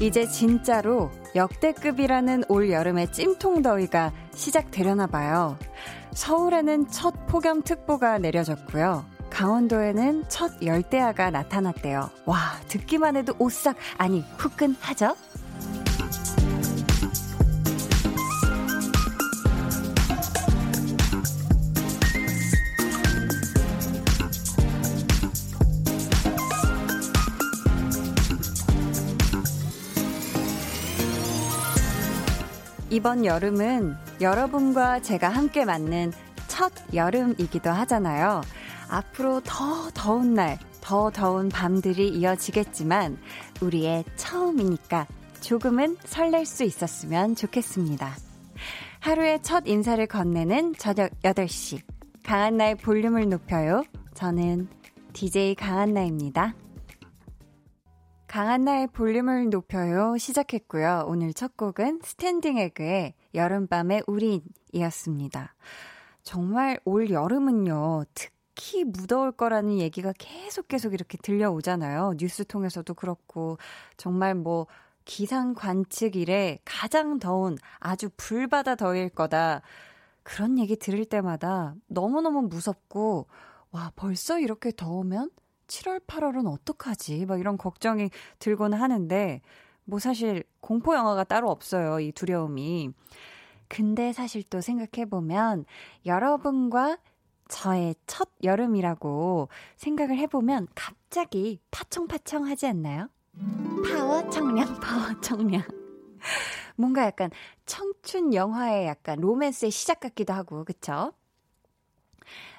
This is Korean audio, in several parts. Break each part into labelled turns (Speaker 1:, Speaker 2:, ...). Speaker 1: 이제 진짜로 역대급이라는 올 여름의 찜통 더위가 시작되려나 봐요. 서울에는 첫 폭염특보가 내려졌고요. 강원도에는 첫 열대야가 나타났대요. 와, 듣기만 해도 오싹, 아니, 후끈하죠? 이번 여름은 여러분과 제가 함께 맞는 첫 여름이기도 하잖아요. 앞으로 더 더운 날, 더 더운 밤들이 이어지겠지만, 우리의 처음이니까 조금은 설렐 수 있었으면 좋겠습니다. 하루의 첫 인사를 건네는 저녁 8시. 강한나의 볼륨을 높여요. 저는 DJ 강한나입니다. 강한나의 볼륨을 높여요 시작했고요. 오늘 첫 곡은 스탠딩 에그의 여름밤의 우린이었습니다. 정말 올 여름은요. 특히 무더울 거라는 얘기가 계속 계속 이렇게 들려오잖아요. 뉴스 통해서도 그렇고 정말 뭐 기상 관측 이래 가장 더운 아주 불바다 더위일 거다. 그런 얘기 들을 때마다 너무너무 무섭고 와, 벌써 이렇게 더우면 7월, 8월은 어떡하지? 막 이런 걱정이 들곤 하는데, 뭐 사실 공포 영화가 따로 없어요. 이 두려움이. 근데 사실 또 생각해보면, 여러분과 저의 첫 여름이라고 생각을 해보면 갑자기 파청파청 하지 않나요? 파워 청량, 파워 청량. 뭔가 약간 청춘 영화의 약간 로맨스의 시작 같기도 하고, 그쵸?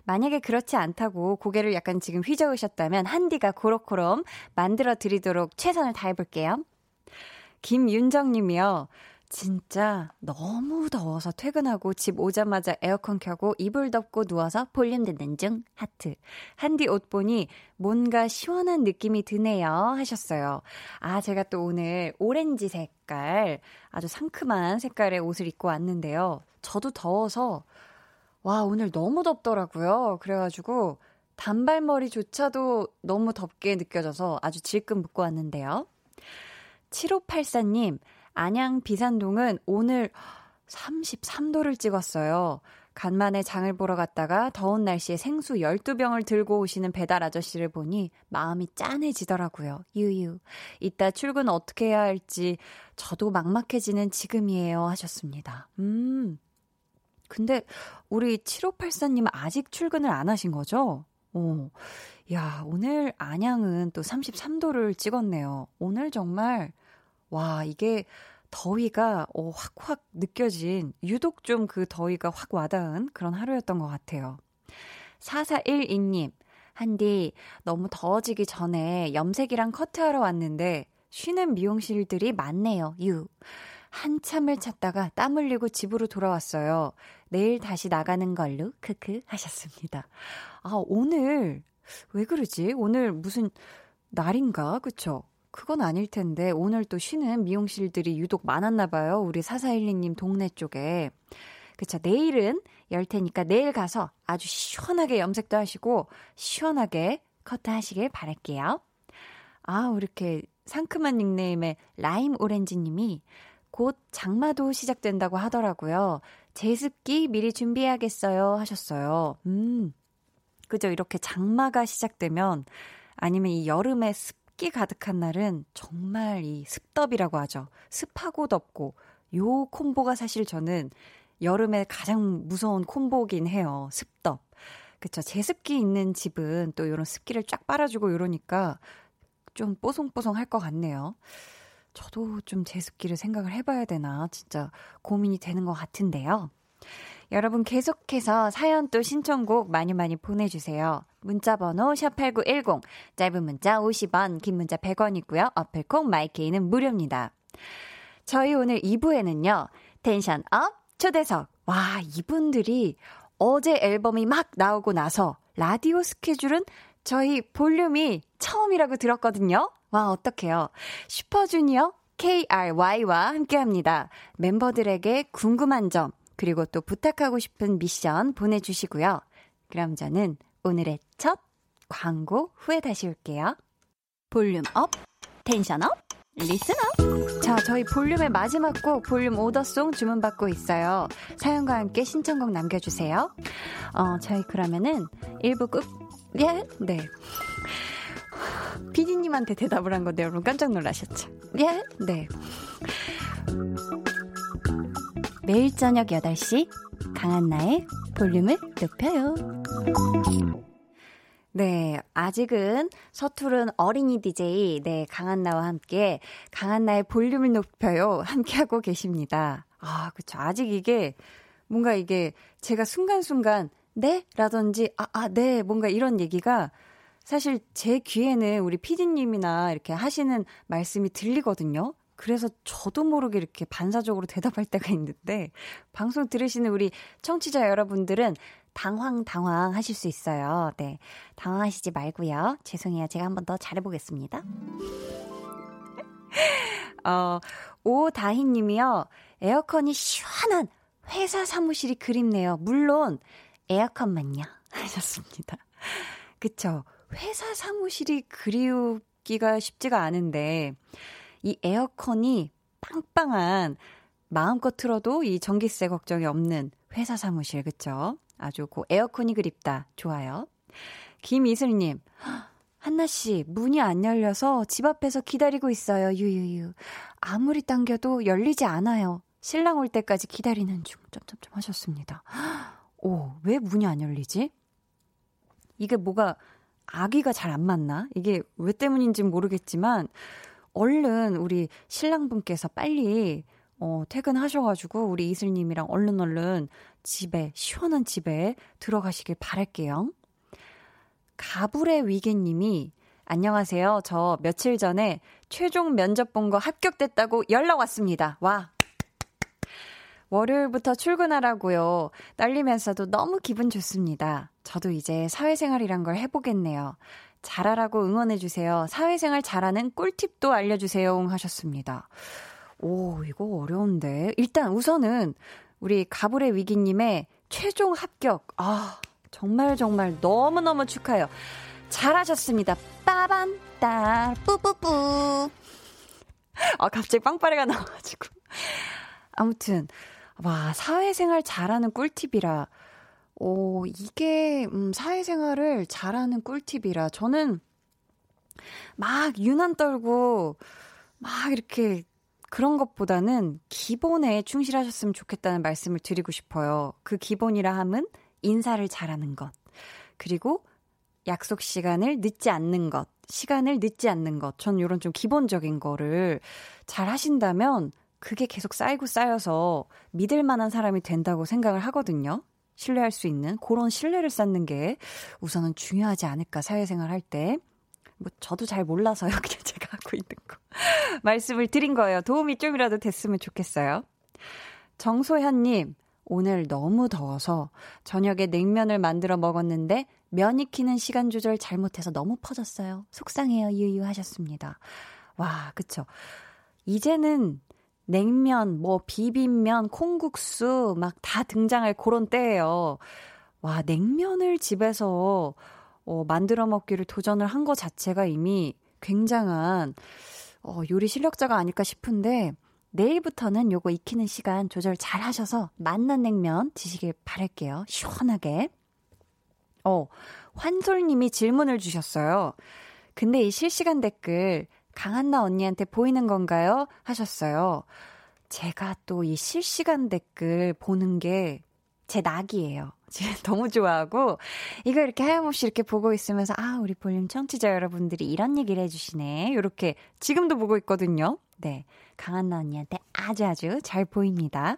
Speaker 1: 만약에 그렇지 않다고 고개를 약간 지금 휘저으셨다면 한디가 고로코롬 만들어 드리도록 최선을 다해볼게요. 김윤정님이요. 진짜 너무 더워서 퇴근하고 집 오자마자 에어컨 켜고 이불 덮고 누워서 볼륨 듣는 중 하트. 한디 옷 보니 뭔가 시원한 느낌이 드네요 하셨어요. 아 제가 또 오늘 오렌지 색깔 아주 상큼한 색깔의 옷을 입고 왔는데요. 저도 더워서 와, 오늘 너무 덥더라고요. 그래가지고 단발머리조차도 너무 덥게 느껴져서 아주 질끈 묶고 왔는데요. 7584님, 안양 비산동은 오늘 33도를 찍었어요. 간만에 장을 보러 갔다가 더운 날씨에 생수 12병을 들고 오시는 배달 아저씨를 보니 마음이 짠해지더라고요. 유유. 이따 출근 어떻게 해야 할지 저도 막막해지는 지금이에요. 하셨습니다. 음. 근데 우리 7584님 아직 출근을 안 하신 거죠? 오. 어. 야, 오늘 안양은 또 33도를 찍었네요. 오늘 정말, 와, 이게 더위가 어, 확확 느껴진, 유독 좀 그 더위가 확 와닿은 그런 하루였던 것 같아요. 4412님, 한디, 너무 더워지기 전에 염색이랑 커트하러 왔는데, 쉬는 미용실들이 많네요, 유. 한참을 찾다가 땀 흘리고 집으로 돌아왔어요. 내일 다시 나가는 걸로 크크 하셨습니다. 아, 오늘 왜 그러지? 오늘 무슨 날인가? 그쵸? 그건 아닐 텐데 오늘 또 쉬는 미용실들이 유독 많았나 봐요. 우리 사사일리님 동네 쪽에. 그쵸. 내일은 열 테니까 내일 가서 아주 시원하게 염색도 하시고 시원하게 커트 하시길 바랄게요. 아, 이렇게 상큼한 닉네임의 라임 오렌지님이 곧 장마도 시작된다고 하더라고요. 제습기 미리 준비해야겠어요 하셨어요. 음. 그죠. 이렇게 장마가 시작되면 아니면 이 여름에 습기 가득한 날은 정말 이 습덥이라고 하죠. 습하고 덥고 요 콤보가 사실 저는 여름에 가장 무서운 콤보긴 해요. 습덥. 그쵸. 제습기 있는 집은 또 요런 습기를 쫙 빨아주고 이러니까 좀 뽀송뽀송 할 것 같네요. 저도 좀 제습기를 생각을 해봐야 되나 진짜 고민이 되는 것 같은데요. 여러분 계속해서 사연 또 신청곡 많이 많이 보내주세요. 문자번호 샵8910 짧은 문자 50원 긴 문자 100원이고요. 어플콩 마이케이는 무료입니다. 저희 오늘 2부에는요. 텐션 업 초대석 와 이분들이 어제 앨범이 막 나오고 나서 라디오 스케줄은 저희 볼륨이 처음이라고 들었거든요. 와, 어떡해요. 슈퍼주니어 KRY와 함께 합니다. 멤버들에게 궁금한 점, 그리고 또 부탁하고 싶은 미션 보내주시고요. 그럼 저는 오늘의 첫 광고 후에 다시 올게요. 볼륨 업, 텐션 업, 리스너. 자, 저희 볼륨의 마지막 곡 볼륨 오더송 주문받고 있어요. 사연과 함께 신청곡 남겨주세요. 어, 저희 그러면은 1부 끝. 예? 네. 피디님한테 대답을 한 건데 여러분 깜짝 놀라셨죠? 예? 네. 매일 저녁 8시 강한나의 볼륨을 높여요. 네, 아직은 서투른 어린이 DJ 네 강한나와 함께 강한나의 볼륨을 높여요 함께하고 계십니다. 아, 그렇죠. 아직 이게 뭔가 이게 제가 순간순간 네라든지 아, 아, 네 뭔가 이런 얘기가 사실 제 귀에는 우리 피디님이나 이렇게 하시는 말씀이 들리거든요. 그래서 저도 모르게 이렇게 반사적으로 대답할 때가 있는데 방송 들으시는 우리 청취자 여러분들은 당황 당황 하실 수 있어요. 네. 당황하시지 말고요. 죄송해요. 제가 한번 더 잘해 보겠습니다. 어, 오다희 님이요. 에어컨이 시원한 회사 사무실이 그립네요. 물론 에어컨만요. 하셨습니다. 그쵸 회사 사무실이 그리우기가 쉽지가 않은데 이 에어컨이 빵빵한 마음껏 틀어도 이 전기세 걱정이 없는 회사 사무실 그쵸? 아주 고 에어컨이 그립다 좋아요. 김이슬님 한나 씨 문이 안 열려서 집 앞에서 기다리고 있어요 유유유 아무리 당겨도 열리지 않아요 신랑 올 때까지 기다리는 중 점점점 하셨습니다. 오 왜 문이 안 열리지? 이게 뭐가 아기가 잘 안 맞나? 이게 왜 때문인지는 모르겠지만 얼른 우리 신랑분께서 빨리 어, 퇴근하셔가지고 우리 이슬님이랑 얼른 얼른 집에 시원한 집에 들어가시길 바랄게요. 가불의 위계님이 안녕하세요. 저 며칠 전에 최종 면접 본 거 합격됐다고 연락 왔습니다. 와. 월요일부터 출근하라고요. 떨리면서도 너무 기분 좋습니다. 저도 이제 사회생활이란 걸 해보겠네요. 잘하라고 응원해주세요. 사회생활 잘하는 꿀팁도 알려주세요. 하셨습니다. 오, 이거 어려운데. 일단 우선은 우리 가불의 위기님의 최종 합격. 아, 정말 정말 너무너무 축하해요. 잘하셨습니다. 빠반따, 뿌뿌뿌. 아, 갑자기 빵빠레가 나와가지고. 아무튼, 와, 사회생활 잘하는 꿀팁이라. 오, 이게, 음, 사회생활을 잘하는 꿀팁이라. 저는 막 유난 떨고, 막 이렇게 그런 것보다는 기본에 충실하셨으면 좋겠다는 말씀을 드리고 싶어요. 그 기본이라 함은 인사를 잘하는 것. 그리고 약속 시간을 늦지 않는 것. 시간을 늦지 않는 것. 전 이런 좀 기본적인 거를 잘 하신다면 그게 계속 쌓이고 쌓여서 믿을 만한 사람이 된다고 생각을 하거든요. 신뢰할 수 있는 그런 신뢰를 쌓는 게 우선은 중요하지 않을까 사회생활 할 때. 뭐 저도 잘 몰라서요. 그냥 제가 하고 있는 거. 말씀을 드린 거예요. 도움이 좀이라도 됐으면 좋겠어요. 정소현 님, 오늘 너무 더워서 저녁에 냉면을 만들어 먹었는데 면 익히는 시간 조절 잘못해서 너무 퍼졌어요. 속상해요. 유유 하셨습니다. 와, 그쵸 이제는 냉면, 뭐 비빔면, 콩국수 막 다 등장할 그런 때예요. 와, 냉면을 집에서 어, 만들어 먹기를 도전을 한 거 자체가 이미 굉장한 어, 요리 실력자가 아닐까 싶은데 내일부터는 요거 익히는 시간 조절 잘 하셔서 맛난 냉면 드시길 바랄게요. 시원하게. 어, 환솔님이 질문을 주셨어요. 근데 이 실시간 댓글 강한나 언니한테 보이는 건가요? 하셨어요. 제가 또 이 실시간 댓글 보는 게 제 낙이에요. 너무 좋아하고, 이거 이렇게 하염없이 이렇게 보고 있으면서, 아, 우리 볼륨 청취자 여러분들이 이런 얘기를 해주시네. 이렇게 지금도 보고 있거든요. 네. 강한나 언니한테 아주아주 잘 보입니다.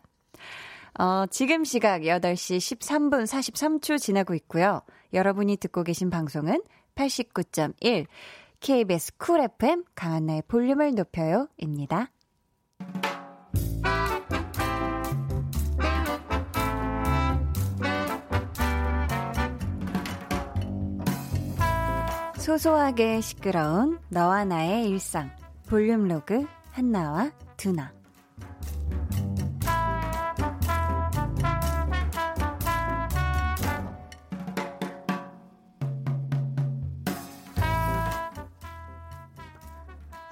Speaker 1: 어, 지금 시각 8시 13분 43초 지나고 있고요. 여러분이 듣고 계신 방송은 89.1. KBS 쿨 FM 강한나의 볼륨을 높여요 입니다. 소소하게 시끄러운 너와 나의 일상 볼륨 로그 한나와 두나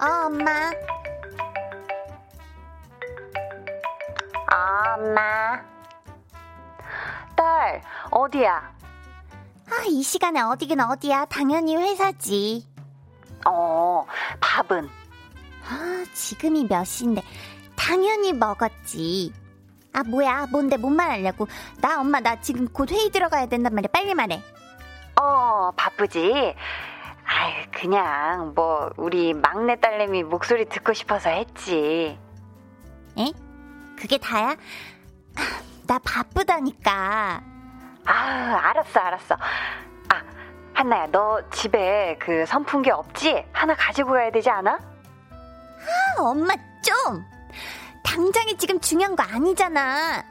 Speaker 2: 어, 엄마.
Speaker 1: 엄마. 딸, 어디야?
Speaker 2: 아, 이 시간에 어디긴 어디야. 당연히 회사지.
Speaker 1: 어, 밥은?
Speaker 2: 아, 지금이 몇 시인데. 당연히 먹었지. 아, 뭐야. 뭔데 뭔말 하려고. 나 엄마, 나 지금 곧 회의 들어가야 된단 말이야. 빨리 말해.
Speaker 1: 어, 바쁘지? 아이, 그냥, 뭐, 우리 막내 딸내미 목소리 듣고 싶어서 했지.
Speaker 2: 에? 그게 다야? 아, 나 바쁘다니까.
Speaker 1: 아, 알았어, 알았어. 아, 한나야, 너 집에 그 선풍기 없지? 하나 가지고 가야 되지 않아?
Speaker 2: 아, 엄마 좀. 당장이 지금 중요한 거 아니잖아.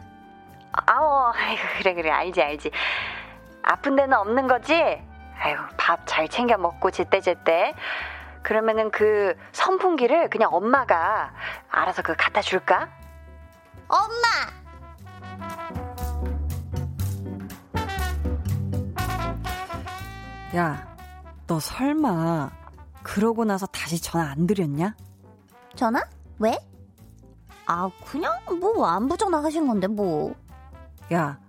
Speaker 1: 아오, 아이고, 그래, 그래, 알지, 알지. 아픈 데는 없는 거지? 아이고, 밥 잘 챙겨 먹고, 제때제때. 그러면은 그 선풍기를 그냥 엄마가 알아서 그 갖다 줄까?
Speaker 2: 엄마!
Speaker 1: 야, 너 설마 그러고 나서 다시 전화 안 드렸냐?
Speaker 2: 전화? 왜? 아, 그냥 뭐 안부 전화 하신 건데 뭐.
Speaker 1: 야,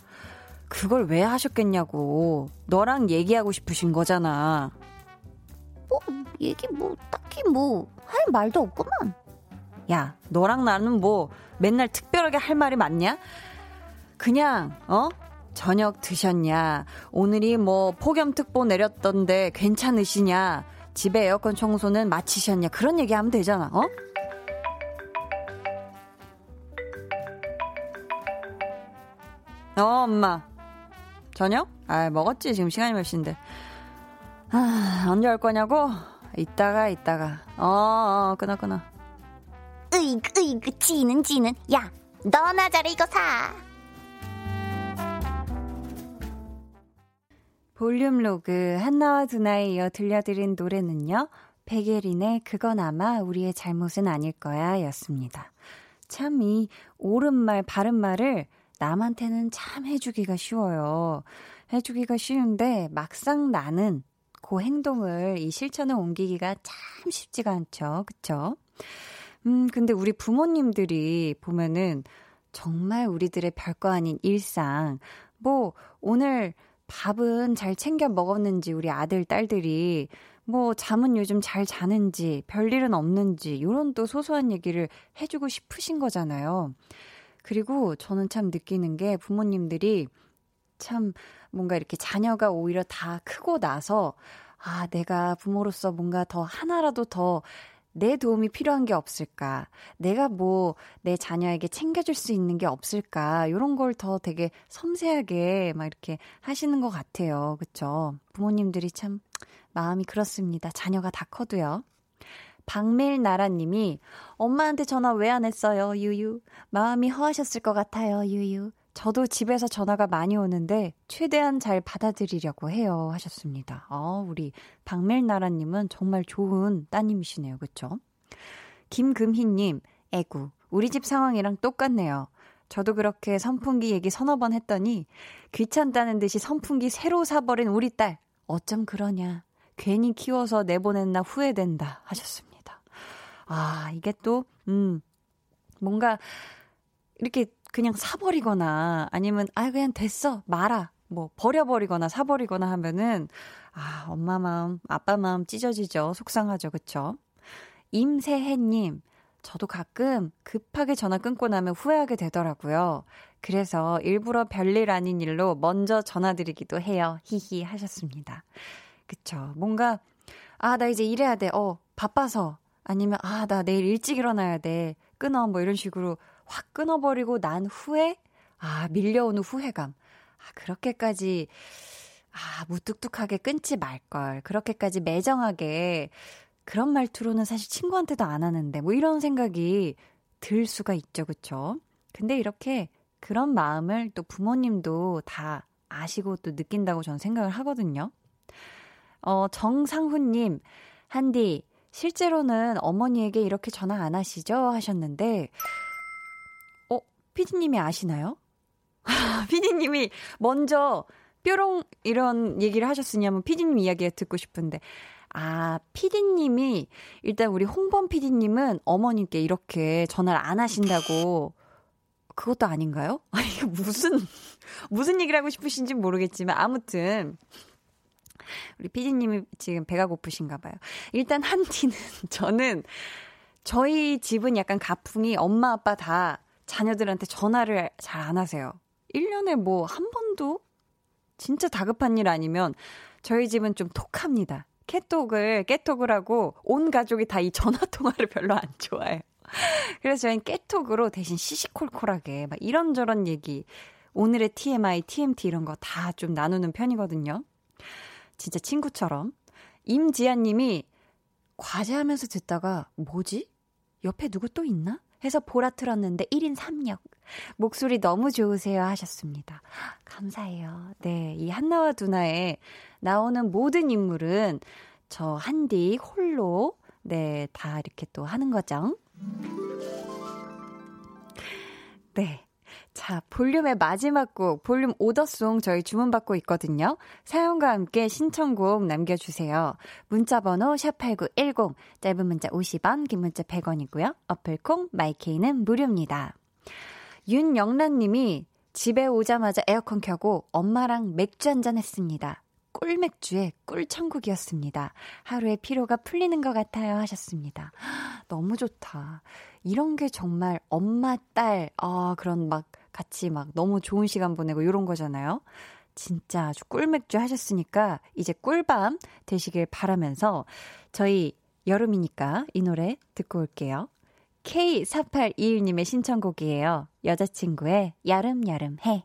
Speaker 1: 그걸 왜 하셨겠냐고. 너랑 얘기하고 싶으신 거잖아.
Speaker 2: 뭐 얘기 뭐 딱히 뭐 할 말도 없구만.
Speaker 1: 야, 너랑 나는 뭐 맨날 특별하게 할 말이 많냐? 그냥, 어? 저녁 드셨냐? 오늘이 뭐 폭염특보 내렸던데 괜찮으시냐? 집에 에어컨 청소는 마치셨냐? 그런 얘기 하면 되잖아, 어? 어, 엄마. 저녁? 아, 먹었지? 지금 시간이 몇 시인데. 아, 언제 올 거냐고? 이따가, 이따가. 어, 어, 끊어, 끊어.
Speaker 2: 으이그 으이그 지는 지는. 야, 너나 잘해 이거 사.
Speaker 1: 볼륨 로그 한나와 두나에 이어 들려드린 노래는요. 백예린의 그건 아마 우리의 잘못은 아닐 거야 였습니다. 참 이 옳은말 바른말을 남한테는 참 해주기가 쉬워요. 해주기가 쉬운데 막상 나는 그 행동을 이 실천에 옮기기가 참 쉽지가 않죠. 그쵸? 음, 근데 우리 부모님들이 보면은 정말 우리들의 별거 아닌 일상, 뭐, 오늘 밥은 잘 챙겨 먹었는지 우리 아들, 딸들이 뭐 잠은 요즘 잘 자는지 별일은 없는지 요런 또 소소한 얘기를 해주고 싶으신 거잖아요. 그리고 저는 참 느끼는 게 부모님들이 참 뭔가 이렇게 자녀가 오히려 다 크고 나서 아, 내가 부모로서 뭔가 더 하나라도 더 내 도움이 필요한 게 없을까? 내가 뭐 내 자녀에게 챙겨줄 수 있는 게 없을까? 이런 걸 더 되게 섬세하게 막 이렇게 하시는 것 같아요. 그쵸? 부모님들이 참 마음이 그렇습니다. 자녀가 다 커도요. 박밀나라님이 엄마한테 전화 왜 안 했어요? 유유. 마음이 허하셨을 것 같아요. 유유. 저도 집에서 전화가 많이 오는데 최대한 잘 받아들이려고 해요. 하셨습니다. 아, 우리 박밀나라님은 정말 좋은 따님이시네요. 그쵸? 김금희님, 애구. 우리 집 상황이랑 똑같네요. 저도 그렇게 선풍기 얘기 서너 번 했더니 귀찮다는 듯이 선풍기 새로 사버린 우리 딸. 어쩜 그러냐. 괜히 키워서 내보냈나 후회된다. 하셨습니다. 아, 이게 또, 음, 뭔가 이렇게 그냥 사버리거나 아니면 아, 그냥 됐어. 말아. 뭐 버려버리거나 사버리거나 하면은 아, 엄마 마음, 아빠 마음 찢어지죠. 속상하죠. 그쵸? 임세혜님, 저도 가끔 급하게 전화 끊고 나면 후회하게 되더라고요. 그래서 일부러 별일 아닌 일로 먼저 전화드리기도 해요. 히히 하셨습니다. 그쵸. 뭔가, 아, 나 이제 일해야 돼. 어, 바빠서. 아니면, 아, 나 내일 일찍 일어나야 돼. 끊어. 뭐 이런 식으로 확 끊어버리고 난 후에, 아, 밀려오는 후회감. 아, 그렇게까지, 아, 무뚝뚝하게 끊지 말걸. 그렇게까지 매정하게. 그런 말투로는 사실 친구한테도 안 하는데, 뭐 이런 생각이 들 수가 있죠. 그쵸. 근데 이렇게 그런 마음을 또 부모님도 다 아시고 또 느낀다고 저는 생각을 하거든요. 어, 정상훈님, 한디, 실제로는 어머니에게 이렇게 전화 안 하시죠? 하셨는데, 어, 피디님이 아시나요? 피디님이 먼저 뾰롱 이런 얘기를 하셨으냐면 피디님 이야기 듣고 싶은데, 아, 피디님이, 일단 우리 홍범 피디님은 어머님께 이렇게 전화를 안 하신다고 그것도 아닌가요? 아, 이게 무슨, 무슨 얘기를 하고 싶으신지 모르겠지만, 아무튼. 우리 피디님이 지금 배가 고프신가 봐요. 일단 한 티는 저는 저희 집은 약간 가풍이 엄마 아빠 다 자녀들한테 전화를 잘 안 하세요. 1년에 뭐 한 번도 진짜 다급한 일 아니면 저희 집은 좀 톡합니다. 깨톡을 깨톡을 하고 온 가족이 다 이 전화 통화를 별로 안 좋아해요. 그래서 저희는 깨톡으로 대신 시시콜콜하게 막 이런저런 얘기 오늘의 TMI, TMT 이런 거 다 좀 나누는 편이거든요. 진짜 친구처럼. 임지아 님이 과제하면서 듣다가 뭐지? 옆에 누구 또 있나? 해서 보라 틀었는데 1인 3역. 목소리 너무 좋으세요 하셨습니다. 감사해요. 네. 이 한나와 두나에 나오는 모든 인물은 저 한디 홀로 네, 다 이렇게 또 하는 거죠. 네. 자, 볼륨의 마지막 곡, 볼륨 오더송 저희 주문받고 있거든요. 사연과 함께 신청곡 남겨주세요. 문자번호 샵8910, 짧은 문자 50원, 긴 문자 100원이고요. 어플콩, 마이케이는 무료입니다. 윤영란님이 집에 오자마자 에어컨 켜고 엄마랑 맥주 한잔 했습니다. 꿀맥주의 꿀천국이었습니다. 하루의 피로가 풀리는 것 같아요 하셨습니다. 너무 좋다. 이런 게 정말 엄마, 딸, 아, 그런 막 같이 막 너무 좋은 시간 보내고 이런 거잖아요. 진짜 아주 꿀맥주 하셨으니까 이제 꿀밤 되시길 바라면서 저희 여름이니까 이 노래 듣고 올게요. K4821님의 신청곡이에요. 여자친구의 야름야름 해.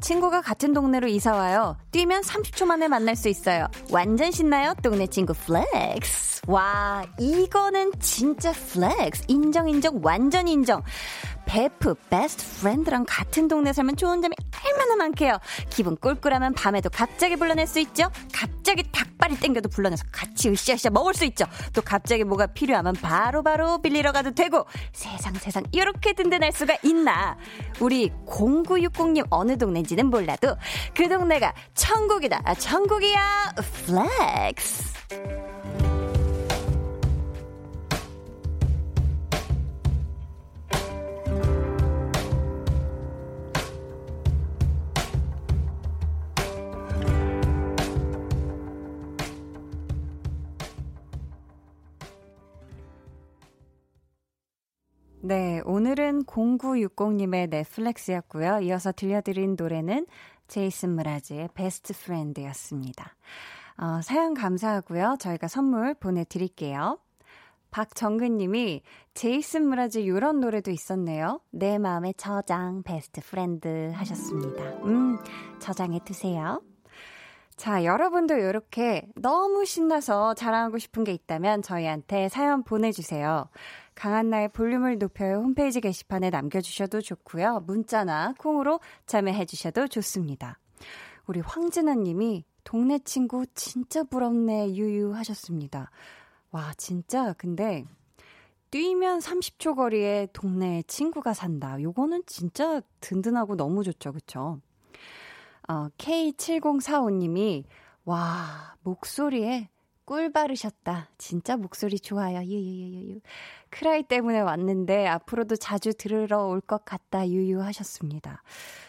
Speaker 1: 친구가 같은 동네로 이사와요. 뛰면 30초 만에 만날 수 있어요. 완전 신나요? 동네 친구 플렉스. 와, 이거는 진짜 플렉스. 인정, 인정, 완전 인정. 베프, 베스트 프렌드랑 같은 동네 살면 좋은 점이 얼마나 많게요. 기분 꿀꿀하면 밤에도 갑자기 불러낼 수 있죠. 갑자기 닭발이 땡겨도 불러내서 같이 으쌰으쌰 먹을 수 있죠. 또 갑자기 뭐가 필요하면 바로바로 바로 빌리러 가도 되고 세상 세상 이렇게 든든할 수가 있나. 우리 0960님 어느 동네인지는 몰라도 그 동네가 천국이다. 아, 천국이야. 플렉스. 네, 오늘은 0960님의 넷플렉스였고요. 이어서 들려드린 노래는 제이슨 무라즈의 베스트 프렌드였습니다. 어, 사연 감사하고요. 저희가 선물 보내드릴게요. 박정근님이 제이슨 무라즈 이런 노래도 있었네요. 내 마음의 저장 베스트 프렌드 하셨습니다. 음, 저장해 두세요. 자, 여러분도 이렇게 너무 신나서 자랑하고 싶은 게 있다면 저희한테 사연 보내주세요. 강한나의 볼륨을 높여요 홈페이지 게시판에 남겨주셔도 좋고요. 문자나 콩으로 참여해주셔도 좋습니다. 우리 황진아님이 동네 친구 진짜 부럽네 유유 하셨습니다. 와 진짜 근데 뛰면 30초 거리에 동네 친구가 산다. 요거는 진짜 든든하고 너무 좋죠, 그렇죠? 어, K7045님이 와 목소리에 꿀 바르셨다. 진짜 목소리 좋아요. 유유유유. 크라이 때문에 왔는데 앞으로도 자주 들으러 올 것 같다. 유유 하셨습니다.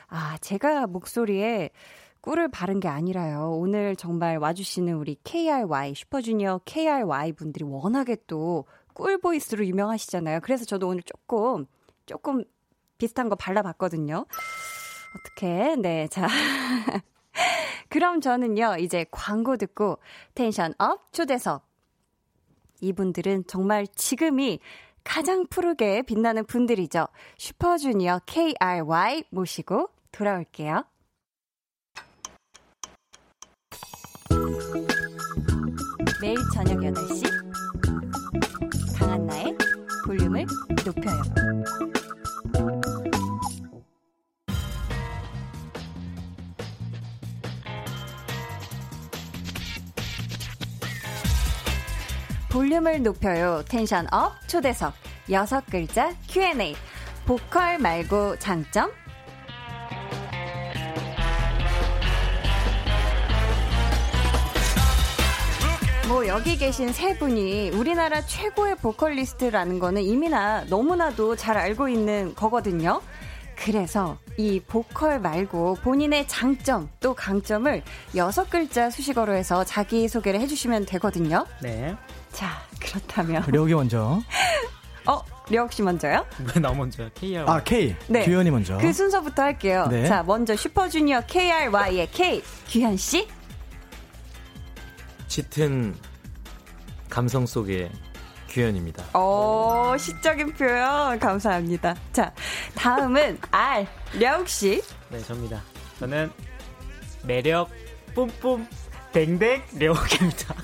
Speaker 1: 아, 제가 목소리에 꿀을 바른 게 아니라요. 오늘 정말 와주시는 우리 KRY, 슈퍼주니어 KRY 분들이 워낙에 또 꿀보이스로 유명하시잖아요. 그래서 저도 오늘 조금, 조금 비슷한 거 발라봤거든요. 어떻게, 네, 자. 그럼 저는요, 이제 광고 듣고 텐션 업 초대석. 이분들은 정말 지금이 가장 푸르게 빛나는 분들이죠. 슈퍼주니어 KRY 모시고 돌아올게요. 매일 저녁 8시 강한나의 볼륨을 높여요. 볼륨을 높여요. 텐션 업 초대석 여섯 글자 Q&A 보컬 말고 장점 뭐 여기 계신 세 분이 우리나라 최고의 보컬리스트라는 거는 이미나 너무나도 잘 알고 있는 거거든요. 그래서 이 보컬 말고 본인의 장점 또 강점을 여섯 글자 수식어로 해서 자기 소개를 해주시면 되거든요.
Speaker 3: 네.
Speaker 1: 자 그렇다면
Speaker 4: 려욱이 먼저.
Speaker 1: 어 려욱 씨 먼저요?
Speaker 3: 왜 나 먼저 KR.
Speaker 4: 아 K.
Speaker 1: 네.
Speaker 4: 규현이 먼저.
Speaker 1: 그 순서부터 할게요.
Speaker 4: 어? 네.
Speaker 1: 자 먼저 슈퍼주니어 KRY의 K 규현 씨.
Speaker 5: 짙은 감성 속의 규현입니다.
Speaker 1: 오 시적인 표현 감사합니다. 자 다음은 R 려욱 씨.
Speaker 3: 네, 접니다. 저는 매력 뿜뿜 댕댕 려욱입니다.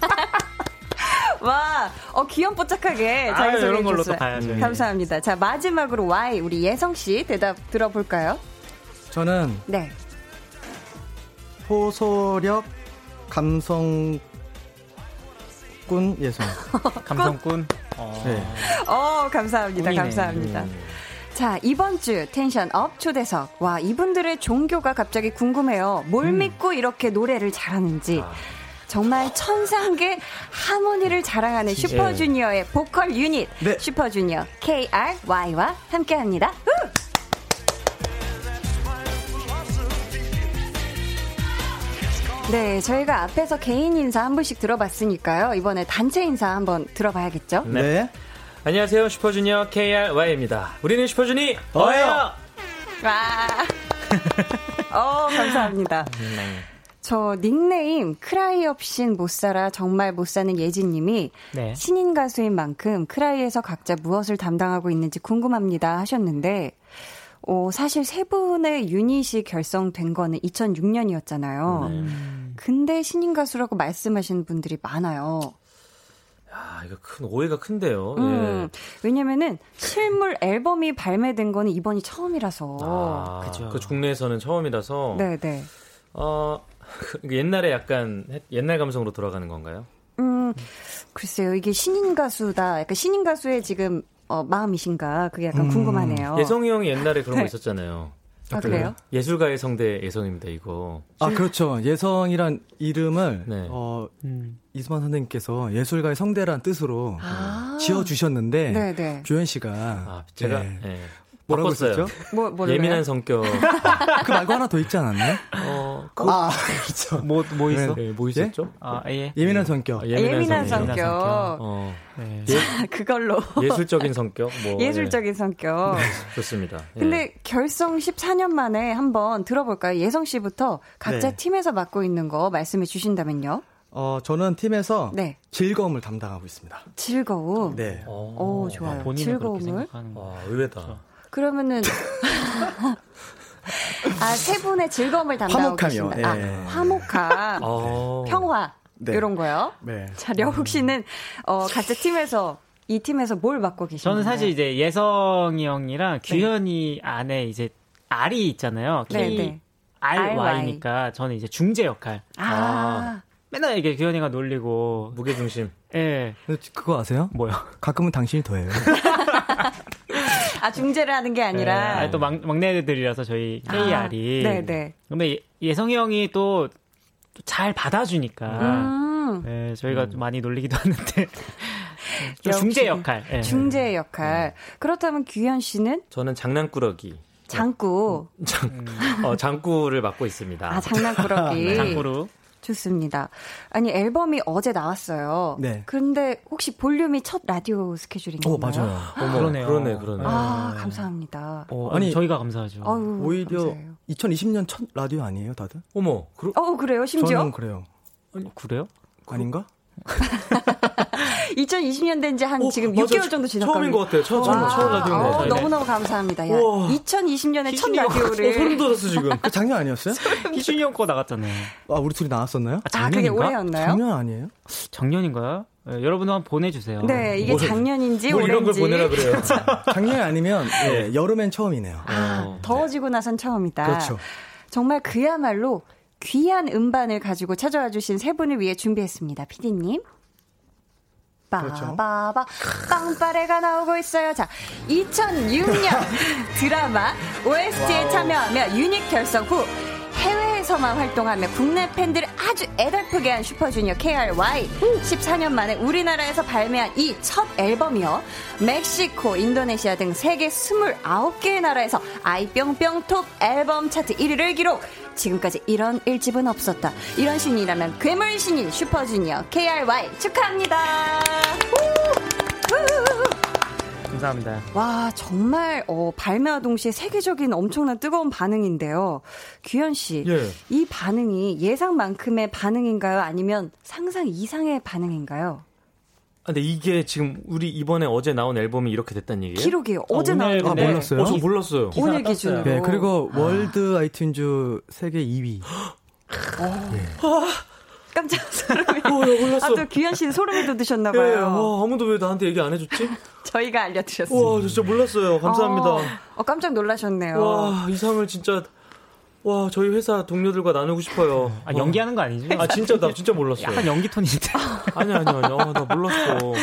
Speaker 1: 와, 어 귀염뽀짝하게
Speaker 3: 아,
Speaker 1: 잘 소개해
Speaker 3: 이런 걸로 또
Speaker 1: 주셨어요.
Speaker 3: 가야죠.
Speaker 1: 감사합니다. 자 마지막으로 Y 우리 예성 씨 대답 들어볼까요?
Speaker 4: 저는
Speaker 1: 네.
Speaker 4: 호소력 감성꾼 예성.
Speaker 3: 감성꾼. 어.
Speaker 4: 네.
Speaker 1: 어 감사합니다.
Speaker 3: 운이네. 음.
Speaker 1: 감사합니다. 자 이번 주 텐션 업 초대석 와 이분들의 종교가 갑자기 궁금해요. 뭘
Speaker 3: 음.
Speaker 1: 믿고 이렇게 노래를 잘하는지.
Speaker 3: 아.
Speaker 1: 정말 천상계 하모니를 자랑하는 슈퍼주니어의 보컬 유닛
Speaker 4: 네.
Speaker 1: 슈퍼주니어 KRY와 함께합니다. 우! 네, 저희가 앞에서 개인 인사 한 분씩 들어봤으니까요. 이번에 단체 인사 한번 들어봐야겠죠?
Speaker 4: 네.
Speaker 5: 안녕하세요. 슈퍼주니어 KRY입니다. 우리는 슈퍼주니
Speaker 4: 어예요!
Speaker 5: 어예요.
Speaker 1: 와. 아. 어, 감사합니다. 저 닉네임 크라이 없인 못 살아 정말 못 사는 예진님이
Speaker 3: 네.
Speaker 1: 신인 가수인 만큼 크라이에서 각자 무엇을 담당하고 있는지 궁금합니다 하셨는데 어, 사실 세 분의 유닛이 결성된 거는 2006년이었잖아요. 근데 신인 가수라고 말씀하시는 분들이 많아요.
Speaker 5: 아, 이거 큰 오해가 큰데요.
Speaker 1: 음,
Speaker 5: 예.
Speaker 1: 왜냐면은 실물 앨범이 발매된 거는 이번이 처음이라서.
Speaker 5: 아,
Speaker 3: 그죠.
Speaker 5: 그 국내에서는 처음이라서
Speaker 1: 네, 네.
Speaker 5: 어 옛날에 약간 했- 옛날 감성으로 돌아가는 건가요?
Speaker 1: 음, 글쎄요. 이게 신인 가수다. 약간 신인 가수의 지금 어, 마음이신가 그게 약간 궁금하네요.
Speaker 5: 예성이 형이 옛날에 그런 거
Speaker 1: 아,
Speaker 5: 있었잖아요.
Speaker 1: 어. 네. 그래요?
Speaker 5: 예술가의 성대 예성입니다. 이거
Speaker 4: 아 그렇죠. 예성이란 이름을
Speaker 5: 네.
Speaker 4: 어,
Speaker 3: 음.
Speaker 4: 이수만 선생님께서 예술가의 성대란 뜻으로
Speaker 1: 아.
Speaker 4: 지어 주셨는데
Speaker 1: 네, 네.
Speaker 4: 규현 씨가
Speaker 5: 아 제가
Speaker 4: 네.
Speaker 5: 예.
Speaker 4: 뭐라고
Speaker 5: 바꿨어요.
Speaker 4: 했었죠?
Speaker 1: 뭐 뭘로요?
Speaker 5: 예민한 성격.
Speaker 4: 그 말고 하나 더 있지 않았나요?
Speaker 5: 어,
Speaker 4: 아 그렇죠.
Speaker 3: 뭐, 뭐 있어?
Speaker 5: 네, 뭐 있었죠?
Speaker 3: 아, 예.
Speaker 4: 예민한 성격.
Speaker 5: 아,
Speaker 1: 예민한
Speaker 3: 성격.
Speaker 1: 성격.
Speaker 5: 어,
Speaker 3: 네.
Speaker 1: 아, 그걸로
Speaker 5: 예술적인 성격. 뭐,
Speaker 1: 예술적인 성격.
Speaker 5: 예, 좋습니다. 예.
Speaker 1: 근데 결성 14년 만에 한번 들어볼까요? 예성 씨부터 각자
Speaker 4: 네.
Speaker 1: 팀에서 맡고 있는 거 말씀해 주신다면요.
Speaker 4: 어 저는 팀에서
Speaker 1: 네.
Speaker 4: 즐거움을 담당하고 있습니다.
Speaker 1: 즐거움.
Speaker 4: 네.
Speaker 5: 어,
Speaker 1: 오, 좋아요.
Speaker 3: 아,
Speaker 1: 그렇죠.
Speaker 3: 본인은 그렇게
Speaker 1: 즐거움을.
Speaker 3: 생각하는 거.
Speaker 5: 와, 의외다.
Speaker 1: 그러면은 아, 세 분의 즐거움을 담당하고
Speaker 4: 화목함이요.
Speaker 1: 계신다. 아,
Speaker 4: 예.
Speaker 1: 화목함.
Speaker 5: 어.
Speaker 1: 네. 평화
Speaker 4: 네.
Speaker 1: 이런 거요.
Speaker 4: 네.
Speaker 1: 자, 려욱 씨는 어, 같은 팀에서 이 팀에서 뭘 맡고 계신가요?
Speaker 3: 저는 사실 이제 예성이 형이랑 규현이 안에 이제 R이 있잖아요.
Speaker 1: 네,
Speaker 3: K
Speaker 1: 네.
Speaker 3: R Y니까 저는 이제 중재 역할.
Speaker 1: 아,
Speaker 3: 맨날 이게 규현이가 놀리고
Speaker 5: 무게 중심.
Speaker 3: 예.
Speaker 4: 근데 그거 아세요?
Speaker 3: 뭐요?
Speaker 4: 가끔은 당신이 더해요.
Speaker 1: 아 중재를 하는 게 아니라
Speaker 3: 아, 또 막, 막내들이라서 저희 KR이.
Speaker 1: 네, 네.
Speaker 3: 근데 예, 성이 형이 또 잘 받아주니까.
Speaker 1: 음,
Speaker 3: 네, 저희가 좀 많이 놀리기도 하는데. 좀
Speaker 1: 역시.
Speaker 3: 중재 역할.
Speaker 6: 네.
Speaker 3: 예.
Speaker 1: 중재의 역할. 그렇다면 규현 씨는
Speaker 5: 저는 장난꾸러기.
Speaker 1: 장구,
Speaker 5: 장, 어, 장구를 맡고 있습니다.
Speaker 1: 아 장난꾸러기.
Speaker 3: 장구로.
Speaker 1: 좋습니다. 아니 앨범이 어제 나왔어요.
Speaker 4: 네.
Speaker 1: 근데 혹시 볼륨이 첫 라디오 스케줄인가요?
Speaker 4: 어 맞아요.
Speaker 5: 어머,
Speaker 3: 그러네요.
Speaker 5: 그러네, 그러네.
Speaker 1: 아 감사합니다.
Speaker 3: 어,
Speaker 4: 아니,
Speaker 3: 아니, 저희가 감사하죠.
Speaker 1: 어우,
Speaker 4: 오히려
Speaker 1: 감사해요.
Speaker 4: 2020년 첫 라디오 아니에요, 다들?
Speaker 5: 어머, 그러,
Speaker 1: 어, 그래요? 심지어?
Speaker 4: 저는 그래요.
Speaker 6: 어, 그래요?
Speaker 4: 아닌가?
Speaker 1: 2020년 된 지 한
Speaker 5: 어,
Speaker 1: 지금
Speaker 5: 맞아.
Speaker 1: 6개월 정도 지났거든요.
Speaker 5: 처음인 것 같아요. 처음, 처음, 처음 라디오인 것
Speaker 1: 어,
Speaker 5: 같아요.
Speaker 1: 너무너무 감사합니다. 야,
Speaker 5: 네, 우와.
Speaker 1: 2020년에 첫
Speaker 5: 희준이가 어, 소름
Speaker 1: 라디오를.
Speaker 5: 돋았어 지금.
Speaker 4: 그 작년 아니었어요?
Speaker 6: 희준이 형 거 나갔잖아요.
Speaker 4: 아, 우리 둘이 나왔었나요?
Speaker 6: 아,
Speaker 1: 네. 아, 그게
Speaker 6: 작년인가?
Speaker 1: 올해였나요?
Speaker 4: 작년 아니에요?
Speaker 6: 작년인가요? 예, 여러분도 한번 보내주세요.
Speaker 1: 네,
Speaker 3: 예,
Speaker 1: 이게
Speaker 5: 뭘-
Speaker 1: 작년인지
Speaker 5: 뭘뭐 이런 걸
Speaker 1: 올해인지.
Speaker 5: 보내라 그래요.
Speaker 4: 작년이 아니면 예, 여름엔 처음이네요.
Speaker 1: 아,
Speaker 5: 어.
Speaker 1: 더워지고 나선 처음이다.
Speaker 4: 그렇죠.
Speaker 1: 정말 그야말로 귀한 음반을 가지고 찾아와 주신 세 분을 위해 준비했습니다. 피디님.
Speaker 4: 그렇죠.
Speaker 1: 빠바바 빵빠레가 나오고 있어요. 자, 2006년 드라마 OST에 참여하며 유닛 결성 후 해외에서만 활동하며 국내 팬들을 아주 애달프게 한 슈퍼주니어 KRY 14년 만에 우리나라에서 발매한 이 첫 앨범이요 멕시코, 인도네시아 등 세계 29개의 나라에서 아이뿅뿅톱 앨범 차트 1위를 기록 지금까지 이런 일집은 없었다 이런 신이라면 괴물 신인 슈퍼주니어 KRY 축하합니다
Speaker 6: 감사합니다.
Speaker 1: 와 정말 어, 발매와 동시에 세계적인 엄청난 뜨거운 반응인데요 규현 씨
Speaker 5: 예.
Speaker 1: 이 반응이 예상만큼의 반응인가요? 아니면 상상 이상의 반응인가요?
Speaker 5: 아, 근데 이게 지금 우리 이번에 어제 나온 앨범이 이렇게 됐단 얘기예요?
Speaker 1: 기록이에요. 어제
Speaker 5: 오늘
Speaker 1: 나왔는데
Speaker 4: 아,
Speaker 5: 근데-
Speaker 4: 몰랐어요?
Speaker 5: 어, 저 몰랐어요.
Speaker 1: 오늘 기준으로.
Speaker 4: 네, 그리고 월드 아이튠즈 세계 2위.
Speaker 1: 깜짝 소름이.
Speaker 5: 야, 몰랐어.
Speaker 1: 아, 또 규현 씨는 소름이 돋으셨나
Speaker 5: 예,
Speaker 1: 봐요.
Speaker 5: 와, 아무도 왜 나한테 얘기 안 해줬지?
Speaker 1: 저희가 알려드렸어요.
Speaker 5: 와, 저 진짜 몰랐어요. 감사합니다.
Speaker 1: 어, 어, 깜짝 놀라셨네요.
Speaker 5: 와, 이 상을 진짜 와, 저희 회사 동료들과 나누고 싶어요.
Speaker 6: 아, 연기하는 거
Speaker 1: 네.
Speaker 6: 아니죠?
Speaker 5: 아, 진짜 나 진짜 몰랐어요.
Speaker 3: 아,
Speaker 6: 약간 연기 톤인데.
Speaker 5: 아니 아니 아니. 아, 나 몰랐어.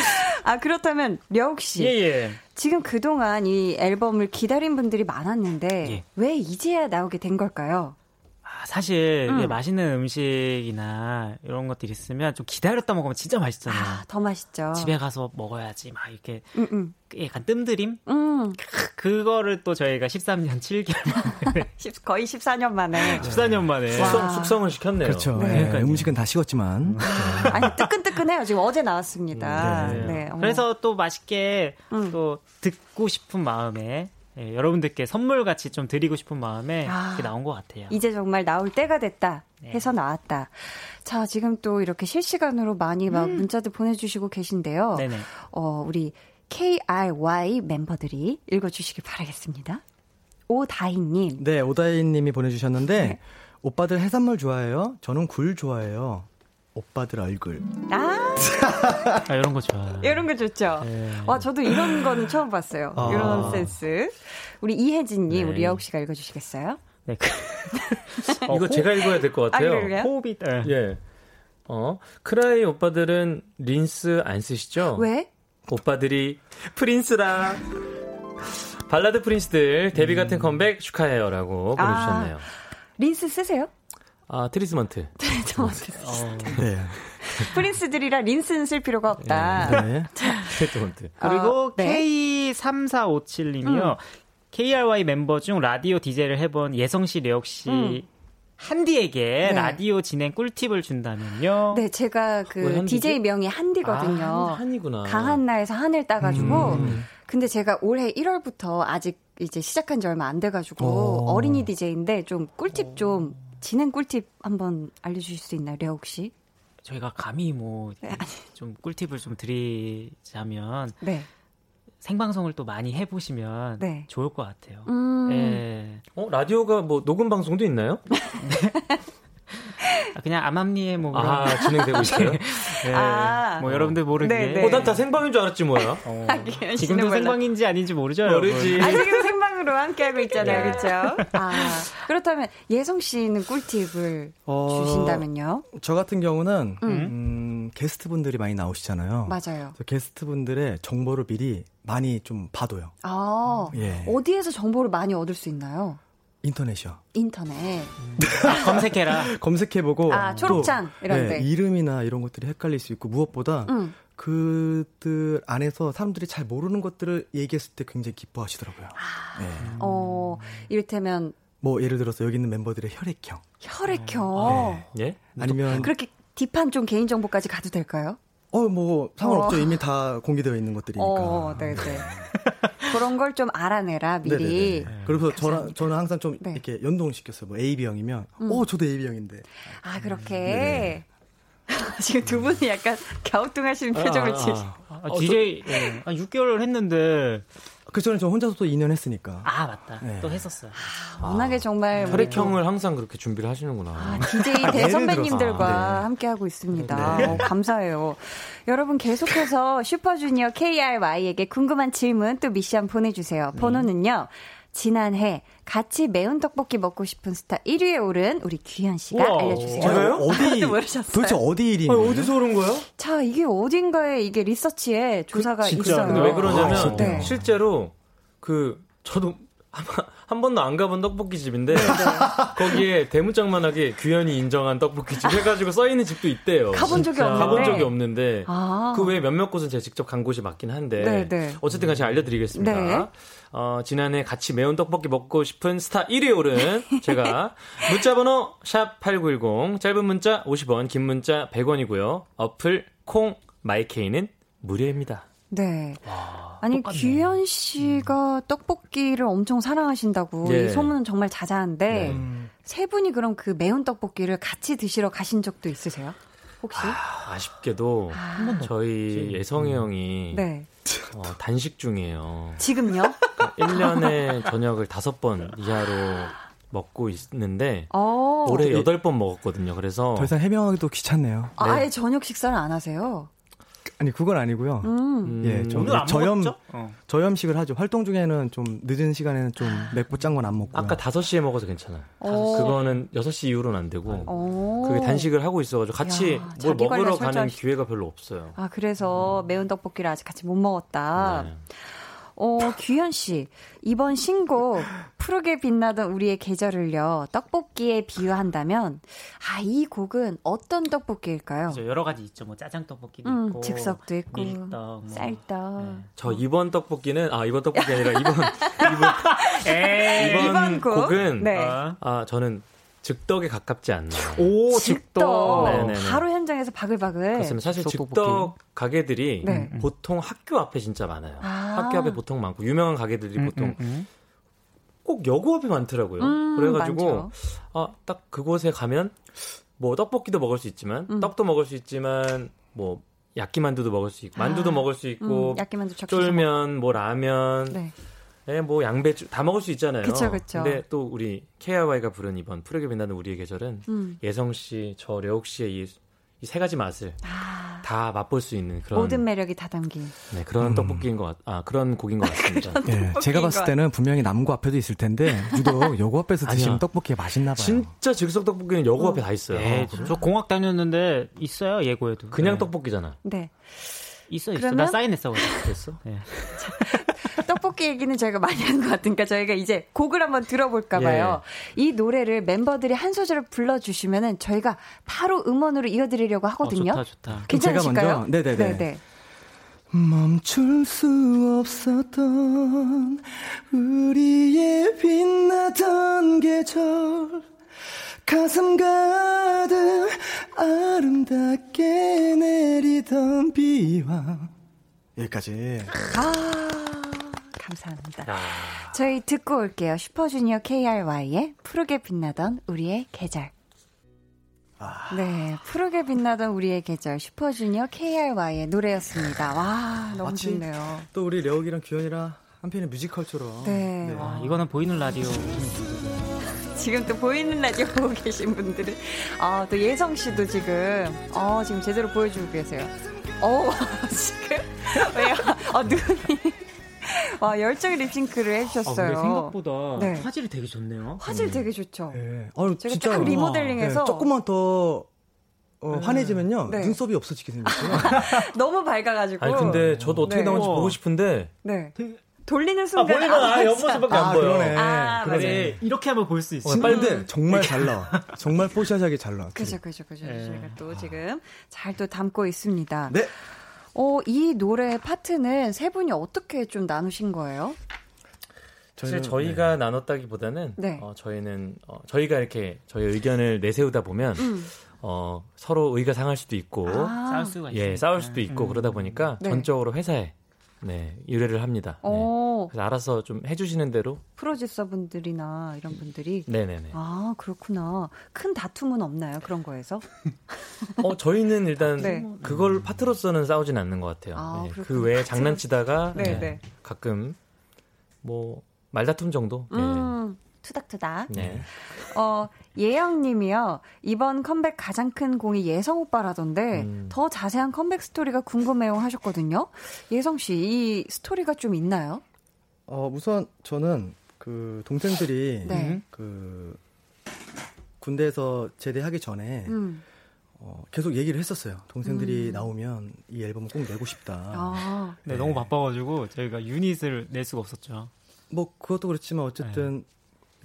Speaker 1: 아, 그렇다면 려욱 씨.
Speaker 6: 예.
Speaker 1: 지금 그동안 이 앨범을 기다린 분들이 많았는데
Speaker 6: 예.
Speaker 1: 왜 이제야 나오게 된 걸까요?
Speaker 6: 아, 사실 이게
Speaker 1: 음.
Speaker 6: 맛있는 음식이나 이런 것들이 있으면 좀 기다렸다 먹으면 진짜 맛있잖아요.
Speaker 1: 아, 더 맛있죠.
Speaker 6: 네. 집에 가서 먹어야지 막 이렇게
Speaker 1: 음, 음.
Speaker 6: 약간 뜸들임
Speaker 1: 음.
Speaker 6: 그거를 또 저희가 13년 7개월 만에
Speaker 1: 십- 거의 14년 만에
Speaker 6: 14년 만에
Speaker 1: 와.
Speaker 5: 숙성, 숙성을 시켰네요.
Speaker 4: 그렇죠.
Speaker 1: 네.
Speaker 4: 예,
Speaker 6: 그러니까요.
Speaker 4: 음식은 다 식었지만.
Speaker 1: 아니 뜨끈뜨끈해요. 지금 어제 나왔습니다.
Speaker 6: 네.
Speaker 1: 네, 어머.
Speaker 6: 그래서 또 맛있게
Speaker 1: 음.
Speaker 6: 또 듣고 싶은 마음에 예, 여러분들께 선물 같이 좀 드리고 싶은 마음에
Speaker 1: 아.
Speaker 6: 이렇게 나온 것 같아요.
Speaker 1: 이제 정말 나올 때가 됐다
Speaker 6: 네.
Speaker 1: 해서 나왔다. 자, 지금 또 이렇게 실시간으로 많이 막 문자들 보내주시고 계신데요.
Speaker 6: 음. 네네.
Speaker 1: 어, 우리 KRY 멤버들이 읽어주시길 바라겠습니다. 오다희님.
Speaker 4: 네, 오다이 님이 보내주셨는데,
Speaker 1: 네.
Speaker 4: 오빠들 해산물 좋아해요? 저는 굴 좋아해요. 오빠들 얼굴.
Speaker 1: 아,
Speaker 6: 아, 이런 거 좋아요.
Speaker 1: 이런 거 좋죠?
Speaker 6: 네.
Speaker 1: 와, 저도 이런 거는 처음 봤어요.
Speaker 4: 아.
Speaker 1: 이런 센스. 우리 이혜진님,
Speaker 6: 네.
Speaker 1: 우리 여욱씨가 읽어주시겠어요?
Speaker 6: 네, 그- 어,
Speaker 5: 이거
Speaker 6: 호-
Speaker 5: 제가 읽어야 될 것
Speaker 1: 아,
Speaker 5: 같아요.
Speaker 1: 그래요?
Speaker 6: 호흡이 예.
Speaker 5: 예. 어, 크라이 오빠들은 린스 안 쓰시죠?
Speaker 1: 왜?
Speaker 5: 오빠들이 프린스라. 발라드 프린스들 데뷔 같은 컴백 축하해요라고
Speaker 1: 아.
Speaker 5: 보내주셨네요.
Speaker 1: 린스 쓰세요?
Speaker 5: 아 트리스먼트.
Speaker 1: 저 어떻게 쓰-
Speaker 4: 네.
Speaker 1: 프린스들이라 린스는 쓸 필요가 없다.
Speaker 4: 네.
Speaker 5: 트리스먼트.
Speaker 6: 그리고
Speaker 1: 어, 네. 음.
Speaker 6: K3457님이요. KRY 멤버 중 라디오 DJ를 해본 예성 씨, 려욱 씨,
Speaker 1: 음.
Speaker 6: 한디에게
Speaker 1: 네.
Speaker 6: 라디오 진행 꿀팁을 준다면요.
Speaker 1: 네, 제가
Speaker 5: 왜
Speaker 1: 그
Speaker 5: 한디지?
Speaker 1: DJ 명이 한디거든요.
Speaker 5: 아, 한- 한이구나.
Speaker 1: 강한 나에서 한을 따가지고 근데 제가 올해 1월부터 아직 이제 시작한 지 얼마 안 돼가지고
Speaker 4: 오.
Speaker 1: 어린이 DJ인데 좀 꿀팁 좀 진행 꿀팁 한번 알려주실 수 있나요, 레옥 씨?
Speaker 6: 저희가 감히 뭐 좀 꿀팁을 좀 드리자면
Speaker 1: 네,
Speaker 6: 생방송을 또 많이 해보시면
Speaker 1: 네.
Speaker 6: 좋을 것 같아요.
Speaker 1: 음,
Speaker 6: 예.
Speaker 5: 어 라디오가 뭐 녹음 방송도 있나요?
Speaker 6: 아, 그냥 암암리에 뭐 그런-
Speaker 5: 아 진행되고 있어요.
Speaker 1: 네.
Speaker 6: 예.
Speaker 1: 아.
Speaker 6: 뭐 여러분들 모르게
Speaker 1: 네, 네.
Speaker 5: 어, 난 다 생방인 줄 알았지 뭐야. 어,
Speaker 6: 어,
Speaker 1: 기현 씨는
Speaker 6: 지금도
Speaker 1: 몰라.
Speaker 6: 생방인지 아닌지 모르죠. 여러분?
Speaker 5: 모르지.
Speaker 1: 아 지금 생방으로 함께하고 있잖아요, 그렇죠? 아 그렇다면 예성 씨는 꿀팁을
Speaker 4: 어,
Speaker 1: 주신다면요?
Speaker 4: 저 같은 경우는,
Speaker 1: 음.
Speaker 4: 음. 게스트분들이 많이 나오시잖아요.
Speaker 1: 맞아요.
Speaker 4: 그래서 게스트분들의 정보를 미리 많이 좀 봐둬요.
Speaker 1: 아
Speaker 4: 예.
Speaker 1: 어디에서 정보를 많이 얻을 수 있나요?
Speaker 4: 인터넷이요.
Speaker 1: 인터넷.
Speaker 6: 검색해라.
Speaker 4: 검색해보고.
Speaker 1: 아,
Speaker 4: 또,
Speaker 1: 초록창 이런
Speaker 4: 예,
Speaker 1: 데.
Speaker 4: 이름이나 이런 것들이 헷갈릴 수 있고, 무엇보다
Speaker 1: 음.
Speaker 4: 그들 안에서 사람들이 잘 모르는 것들을 얘기했을 때 굉장히 기뻐하시더라고요.
Speaker 1: 아.
Speaker 4: 예.
Speaker 1: 어, 이를테면
Speaker 4: 뭐 예를 들어서 여기 있는 멤버들의 혈액형
Speaker 1: 혈액형.
Speaker 4: 네.
Speaker 5: 예?
Speaker 4: 아니면 네.
Speaker 1: 그렇게 딥한 좀 개인정보까지 가도 될까요?
Speaker 4: 어, 뭐, 상관없죠. 이미 다 공개되어 있는 것들이니까.
Speaker 1: 어, 네, 네. 그런 걸 좀 알아내라 미리. 그렇죠.
Speaker 4: 네네네. 그래서 저랑, 저는 항상 좀
Speaker 1: 네. 음.
Speaker 4: 이렇게 연동시켰어요. 뭐 AB형이면, 어, 저도 AB형인데.
Speaker 1: 아
Speaker 4: 네,
Speaker 1: 그렇게. 지금 두 분이 약간 갸우뚱하시는 표정을 지.
Speaker 6: 어,
Speaker 3: 아, DJ
Speaker 6: 예.
Speaker 3: 한 6개월 했는데
Speaker 4: 그 전에 저 혼자서 또 2년 했으니까.
Speaker 3: 아 맞다
Speaker 4: 네.
Speaker 3: 또 했었어요.
Speaker 1: 워낙에 정말 우리
Speaker 5: 혈액형을 항상 그렇게 준비를 하시는구나.
Speaker 1: 아, DJ 대선배님들과
Speaker 4: 아,
Speaker 1: 함께하고 있습니다. 어, 감사해요. 여러분 계속해서 슈퍼주니어 KRY에게 궁금한 질문 또 미션 보내주세요. 번호는요. 지난해 같이 매운 떡볶이 먹고 싶은 스타 1위에 오른 우리 귀현 씨가
Speaker 3: 우와.
Speaker 1: 알려주세요.
Speaker 4: 제가요? 어디,
Speaker 1: 그것도 모르셨어요?
Speaker 4: 도대체 어디 일이 있나요?
Speaker 3: 그런 거요?
Speaker 1: 자, 이게 어딘가에 이게 리서치에 조사가
Speaker 3: 진짜.
Speaker 1: 있어요.
Speaker 5: 근데 왜 그러냐면
Speaker 4: 아,
Speaker 1: 네.
Speaker 5: 실제로 그 저도 아마 한 번도 안 가본 떡볶이 집인데
Speaker 1: 네.
Speaker 5: 거기에 대문짝만하게 규현이 인정한 떡볶이 집 해가지고 써 있는 집도 있대요.
Speaker 1: 가본 적이 없는데.
Speaker 5: 가본 적이 없는데
Speaker 1: 아.
Speaker 5: 그 외에 몇몇 곳은 제가 직접 간 곳이 맞긴 한데
Speaker 1: 네, 네.
Speaker 5: 어쨌든 같이 알려드리겠습니다.
Speaker 1: 네.
Speaker 5: 어, 지난해 같이 매운 떡볶이 먹고 싶은 스타 1위에 오른 제가 문자번호 샵 #8910 짧은 문자 50원, 긴 문자 100원이고요. 어플 콩 마이케이는 무료입니다.
Speaker 1: 네. 아니 규현 씨가 떡볶이를 엄청 사랑하신다고
Speaker 5: 예.
Speaker 1: 이 소문은 정말 자자한데
Speaker 5: 네.
Speaker 1: 세 분이 그럼 그 매운 떡볶이를 같이 드시러 가신 적도 있으세요? 혹시?
Speaker 5: 아. 아쉽게도
Speaker 4: 음.
Speaker 5: 저희 예성이 형이
Speaker 1: 네.
Speaker 5: 어, 단식 중이에요.
Speaker 1: 지금요?
Speaker 5: 1년에 저녁을 5번 이하로 먹고 있는데
Speaker 1: 어.
Speaker 5: 올해 네.
Speaker 4: 어떻게-
Speaker 5: 8번 먹었거든요. 그래서
Speaker 4: 더 이상 해명하기도 귀찮네요.
Speaker 1: 아예 저녁 식사를 안 하세요?
Speaker 4: 아니, 그건 아니고요.
Speaker 1: 음.
Speaker 5: 음,
Speaker 4: 예, 저
Speaker 3: 오늘 안
Speaker 4: 저염
Speaker 3: 먹었죠? 네, 어.
Speaker 4: 저염식을 하죠. 활동 중에는 좀 늦은 시간에는 좀 맥부 짠 건 안 먹고.
Speaker 5: 아까 5시에 먹어서 괜찮아요.
Speaker 1: 어.
Speaker 5: 그거는 6시 이후로는 안 되고
Speaker 1: 어.
Speaker 5: 그게 단식을 하고 있어가지고 같이
Speaker 1: 야,
Speaker 5: 뭘
Speaker 1: 자기 관리가
Speaker 5: 먹으러 가는
Speaker 1: 철저하시-
Speaker 5: 기회가 별로 없어요.
Speaker 1: 아, 그래서 매운 떡볶이를 아직 같이 못 먹었다.
Speaker 5: 네.
Speaker 1: 어, 규현 씨. 이번 신곡 푸르게 빛나던 우리의 계절을요. 떡볶이에 비유한다면 아, 이 곡은 어떤 떡볶이일까요?
Speaker 3: 그래서 여러 가지 있죠. 뭐 짜장 떡볶이도
Speaker 1: 음,
Speaker 3: 있고
Speaker 1: 즉석도 있고
Speaker 3: 밀떡, 뭐.
Speaker 1: 쌀떡.
Speaker 5: 저 이번 떡볶이는 아 이번 떡볶이 아니라 이번
Speaker 3: 에이.
Speaker 5: 네. 이번,
Speaker 1: 네, 이번 곡?
Speaker 5: 곡은
Speaker 1: 네.
Speaker 3: 아.
Speaker 5: 아 저는 즉덕에 가깝지 않나.
Speaker 3: 오
Speaker 1: 또
Speaker 5: 네, 네, 네.
Speaker 1: 바로 현장에서 바글바글.
Speaker 5: 그렇습니다. 사실
Speaker 4: 즉석
Speaker 5: 즉덕 가게들이
Speaker 1: 네.
Speaker 5: 보통 학교 앞에 진짜 많아요.
Speaker 1: 아.
Speaker 5: 학교 앞에 보통 많고 유명한 가게들이 보통
Speaker 3: 음, 음.
Speaker 5: 꼭 여고 앞에 많더라고요.
Speaker 1: 음,
Speaker 5: 그래가지고
Speaker 1: 많죠.
Speaker 5: 아, 딱 그곳에 가면 뭐 떡볶이도 먹을 수 있지만
Speaker 1: 음.
Speaker 5: 떡도 먹을 수 있지만 뭐 야끼만두도 먹을 수 있고 만두도 먹을 수 있고
Speaker 1: 아,
Speaker 4: 뭐
Speaker 1: 음, 야끼만두 척
Speaker 5: 쫄면 뭐 라면
Speaker 1: 네.
Speaker 5: 예, 뭐 양배추 다 먹을 수 있잖아요.
Speaker 1: 그쵸, 그쵸.
Speaker 5: 근데 또 우리 KRY가 부른 이번 푸르게 빛나는 우리의 계절은
Speaker 1: 음.
Speaker 5: 예성 씨, 저 려욱 씨의 이 세 가지 맛을
Speaker 1: 아,
Speaker 5: 다 맛볼 수 있는 그런
Speaker 1: 모든 매력이 다 담긴.
Speaker 5: 네, 그런 떡볶이인 것 같, 아 그런 곡인 것 같습니다.
Speaker 4: 예,
Speaker 5: 그러니까.
Speaker 4: 제가 봤을 때는 분명히 남구 앞에도 있을 텐데 유독 여고 앞에서
Speaker 5: 아니요.
Speaker 4: 드시는 떡볶이 맛있나 봐요.
Speaker 5: 진짜 즉석 떡볶이는 여고 앞에 다 있어요.
Speaker 3: 에이, 네,
Speaker 6: 네,
Speaker 3: 저 공학 다녔는데 있어요 예고에도.
Speaker 5: 아, 그냥
Speaker 3: 네.
Speaker 5: 떡볶이잖아.
Speaker 1: 네.
Speaker 3: 있어 있어.
Speaker 1: 그러면-
Speaker 3: 나 사인했어. 됐어. 네.
Speaker 1: 떡볶이 얘기는 저희가 많이 한 것 같으니까 저희가 이제 곡을 한번
Speaker 4: 예.
Speaker 1: 들어볼까 봐요. 이 노래를 멤버들이 한 소절을 불러주시면은 저희가 바로 음원으로 이어드리려고 하거든요.
Speaker 3: 좋다, 좋다.
Speaker 1: 괜찮으실까요?
Speaker 4: 제가 먼저? 네네네. 멈출 수 없었던 우리의 빛나던 계절 가슴 가득 아름답게 내리던 비와 여기까지
Speaker 1: 아, 감사합니다. 저희 듣고 올게요. 슈퍼주니어 KRY의 푸르게 빛나던 우리의 계절.
Speaker 4: 아.
Speaker 1: 네, 푸르게 빛나던 우리의 계절 슈퍼주니어 KRY의 노래였습니다. 와, 너무
Speaker 4: 마치-
Speaker 1: 좋네요.
Speaker 4: 또 우리 려욱이랑 규현이랑 한편의 뮤지컬처럼
Speaker 1: 네.
Speaker 3: 아, 이거는 보이는 라디오.
Speaker 1: 지금 또 보이는 라디오 보고 계신 분들은 아, 또 예성 씨도 지금 어, 지금 제대로 보여주고 계세요. 어, 지금 왜요? 어, 눈이 와, 열정의 립싱크를 해
Speaker 3: 아,
Speaker 1: 주셨어요.
Speaker 3: 근데 생각보다
Speaker 1: 네.
Speaker 3: 화질이 되게 좋네요.
Speaker 1: 화질 되게 좋죠.
Speaker 4: 네. 아유,
Speaker 1: 저게
Speaker 4: 진짜
Speaker 1: 딱 리모델링해서
Speaker 4: 네, 조금만 더 어, 환해지면요
Speaker 1: 네.
Speaker 4: 눈썹이 없어지게 생겼어요.
Speaker 1: 너무 밝아가지고.
Speaker 5: 아니 근데 저도 어떻게
Speaker 1: 네.
Speaker 5: 나오는지
Speaker 3: 우와.
Speaker 5: 보고 싶은데
Speaker 1: 네. 돌리는 순간 아,
Speaker 5: 옆모습밖에
Speaker 4: 아, 그러네.
Speaker 1: 아,
Speaker 4: 그러네.
Speaker 1: 맞아요.
Speaker 3: 이렇게 하면 볼 수 있어.
Speaker 4: 진짜 근데 정말 잘 나와. 정말 포샤하게 잘 나와.
Speaker 1: 그죠, 그죠, 그죠.
Speaker 5: 네.
Speaker 3: 예.
Speaker 1: 저희가
Speaker 5: 아.
Speaker 1: 또 지금 잘 또 담고 있습니다.
Speaker 4: 네.
Speaker 1: 어, 이 노래 파트는 세 분이 어떻게 좀 나누신 거예요?
Speaker 5: 사실
Speaker 4: 네.
Speaker 5: 저희가 나눴다기보다는
Speaker 1: 네. 음.
Speaker 5: 어, 저희는 어, 저희가 이렇게 저희 의견을 내세우다 보면 어, 서로 의가 상할 수도 있고
Speaker 1: 아.
Speaker 3: 싸울 수가 음. 있어요.
Speaker 5: 예, 싸울 수도 있고 그러다 보니까
Speaker 1: 네. 어.
Speaker 5: 전적으로 회사에 네, 의뢰를 합니다. 네.
Speaker 1: 오,
Speaker 5: 그래서 알아서 좀 해주시는 대로.
Speaker 1: 프로듀서 분들이나 이런 분들이.
Speaker 5: 네네네.
Speaker 1: 아, 그렇구나. 큰 다툼은 없나요? 그런 거에서?
Speaker 5: 어, 저희는 일단
Speaker 1: 네.
Speaker 5: 그걸 파트로서는 싸우진 않는 것 같아요.
Speaker 1: 아,
Speaker 5: 예, 그
Speaker 1: 그렇군요.
Speaker 5: 외에 장난치다가
Speaker 1: 네,
Speaker 5: 예,
Speaker 1: 네.
Speaker 5: 가끔 뭐 말다툼 정도. 예.
Speaker 1: 음, 투닥투닥.
Speaker 5: 네.
Speaker 1: 어, 예영 님이요. 이번 컴백 가장 큰 공이 예성 오빠라던데
Speaker 5: 음.
Speaker 1: 더 자세한 컴백 스토리가 궁금해요 하셨거든요. 예성 씨, 이 스토리가 좀 있나요?
Speaker 4: 어, 우선 저는 그 동생들이
Speaker 1: 네.
Speaker 4: 그 군대에서 제대하기 전에
Speaker 1: 음.
Speaker 4: 어, 계속 얘기를 했었어요. 동생들이 나오면 이 앨범을 꼭 내고 싶다.
Speaker 1: 아.
Speaker 4: 네.
Speaker 6: 네, 너무 바빠가지고 저희가 유닛을 낼 수가 없었죠.
Speaker 4: 뭐 그것도 그렇지만 어쨌든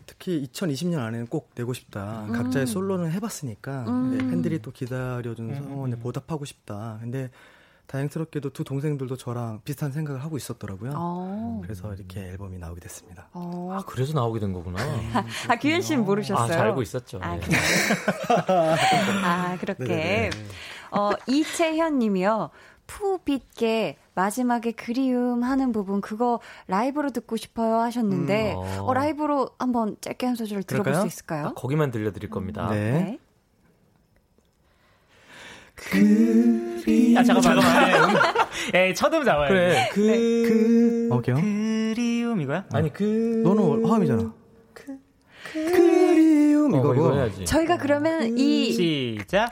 Speaker 4: 특히 2020년 안에는 꼭 내고 싶다. 각자의 솔로는 해봤으니까
Speaker 1: 음.
Speaker 4: 네, 팬들이 또 기다려주는 성원에 보답하고 싶다. 근데 다행스럽게도 두 동생들도 저랑 비슷한 생각을 하고 있었더라고요.
Speaker 1: 어.
Speaker 4: 아, 그래서 이렇게 앨범이 나오게 됐습니다.
Speaker 1: 어.
Speaker 5: 아, 그래서 나오게 된 거구나.
Speaker 1: 아, 규현 씨는
Speaker 5: 아,
Speaker 1: 모르셨어요?
Speaker 5: 잘 알고 있었죠.
Speaker 1: 아,
Speaker 5: 예.
Speaker 1: 그래요? 아, 그렇게. 어, 이채현 님이요. 푸빛게 마지막에 그리움 하는 부분 그거 라이브로 듣고 싶어요 하셨는데
Speaker 5: 음, 어.
Speaker 1: 어. 라이브로 한번 짧게 한 소절 들어볼
Speaker 4: 그럴까요?
Speaker 1: 수 있을까요?
Speaker 5: 거기만 들려드릴 겁니다.
Speaker 4: 네.
Speaker 3: 아, 잠깐만. 예, 예, 첫음 잡아야 돼.
Speaker 5: 그래. 그,
Speaker 1: 네.
Speaker 5: 그,
Speaker 4: 오케이.
Speaker 3: 그리움 이거야?
Speaker 5: 아니, 그.
Speaker 4: 너는 화음이잖아.
Speaker 1: 그,
Speaker 4: 그리움
Speaker 5: 어, 이거, 이거
Speaker 4: 어, 이거고.
Speaker 5: 해야지.
Speaker 1: 저희가 그러면 이
Speaker 3: 시작.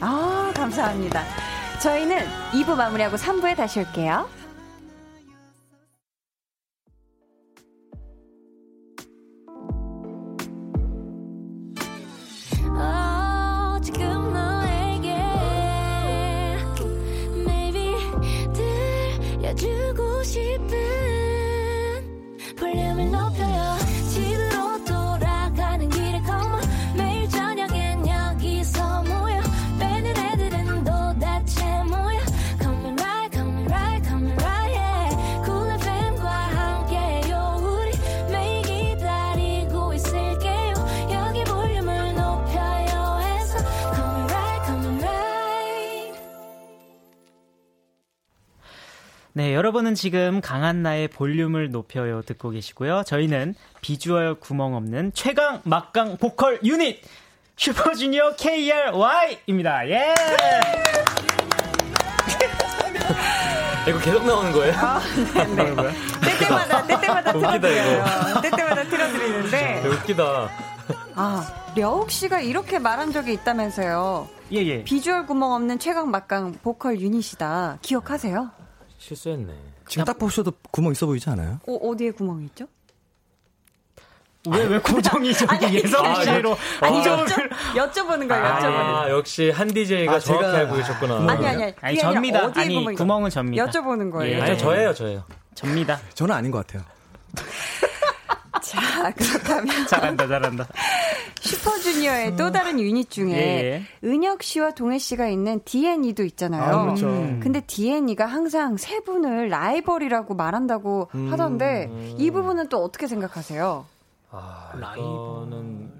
Speaker 1: 아, 감사합니다. 저희는 2부 마무리하고 3부에 다시 올게요.
Speaker 7: 어, 지금 너에게 maybe 들려주고 싶은 볼륨을 높여요 집으로 돌아가는 길에 come on 매일 저녁엔 여기서 모여 빼는 애들은 도대체 뭐야 Come and ride, come and ride, come and ride yeah. Cool FM과 함께요 우리 매일 기다리고 있을게요 여기 볼륨을 높여요 해서 Come and ride, come and ride
Speaker 3: 네, 여러분은 지금 강한 나의 볼륨을 높여요 듣고 계시고요. 저희는 비주얼 구멍 없는 최강 막강 보컬 유닛 슈퍼주니어 KRY입니다. 예.
Speaker 5: 아, 이거 계속 나오는 거예요?
Speaker 1: 아, 네, 때때마다 때때마다
Speaker 5: 웃기다,
Speaker 1: 틀어드려요. 네. 때때마다 틀어드리는데
Speaker 5: 웃기다.
Speaker 1: 아 려욱 씨가 이렇게 말한 적이 있다면서요.
Speaker 3: 예, 예.
Speaker 1: 비주얼 구멍 없는 최강 막강 보컬 유닛이다. 기억하세요?
Speaker 5: 실수했네.
Speaker 4: 지금 딱 보셔도 구멍 있어 보이지 않아요?
Speaker 1: 어, 어디에 구멍이 있죠?
Speaker 3: 왜 왜 고정이 저기 예성
Speaker 5: 아니,
Speaker 3: 씨로
Speaker 1: 아니
Speaker 3: 고정을-
Speaker 1: 여쭤, 여쭤보는 거예요. 여쭤보는.
Speaker 5: 아, 역시 한 DJ가
Speaker 4: 아,
Speaker 5: 정확히
Speaker 4: 제가-
Speaker 5: 알고 계셨구나.
Speaker 1: 네. 아니 아니 아니.
Speaker 3: 아니,
Speaker 1: 그게 아니라
Speaker 3: 접니다.
Speaker 1: 어디에
Speaker 3: 아니,
Speaker 1: 구멍이-
Speaker 3: 구멍은 접니다.
Speaker 1: 여쭤보는 거예요.
Speaker 3: 예.
Speaker 5: 아니, 저예요, 네. 저예요.
Speaker 3: 접니다.
Speaker 4: 저는 아닌 것 같아요.
Speaker 1: 자 아, 그렇다면
Speaker 3: 잘한다, 잘한다.
Speaker 1: 슈퍼주니어의 또 다른 유닛 중에
Speaker 3: 예,
Speaker 1: 은혁 씨와 동해 씨가 있는 D&E도 있잖아요. 음,
Speaker 4: 아, 그렇죠.
Speaker 5: 음.
Speaker 1: 근데 D&E가 항상 세 분을 라이벌이라고 말한다고
Speaker 5: 음.
Speaker 1: 하던데 이 부분은 또 어떻게 생각하세요?
Speaker 5: 아, 이거는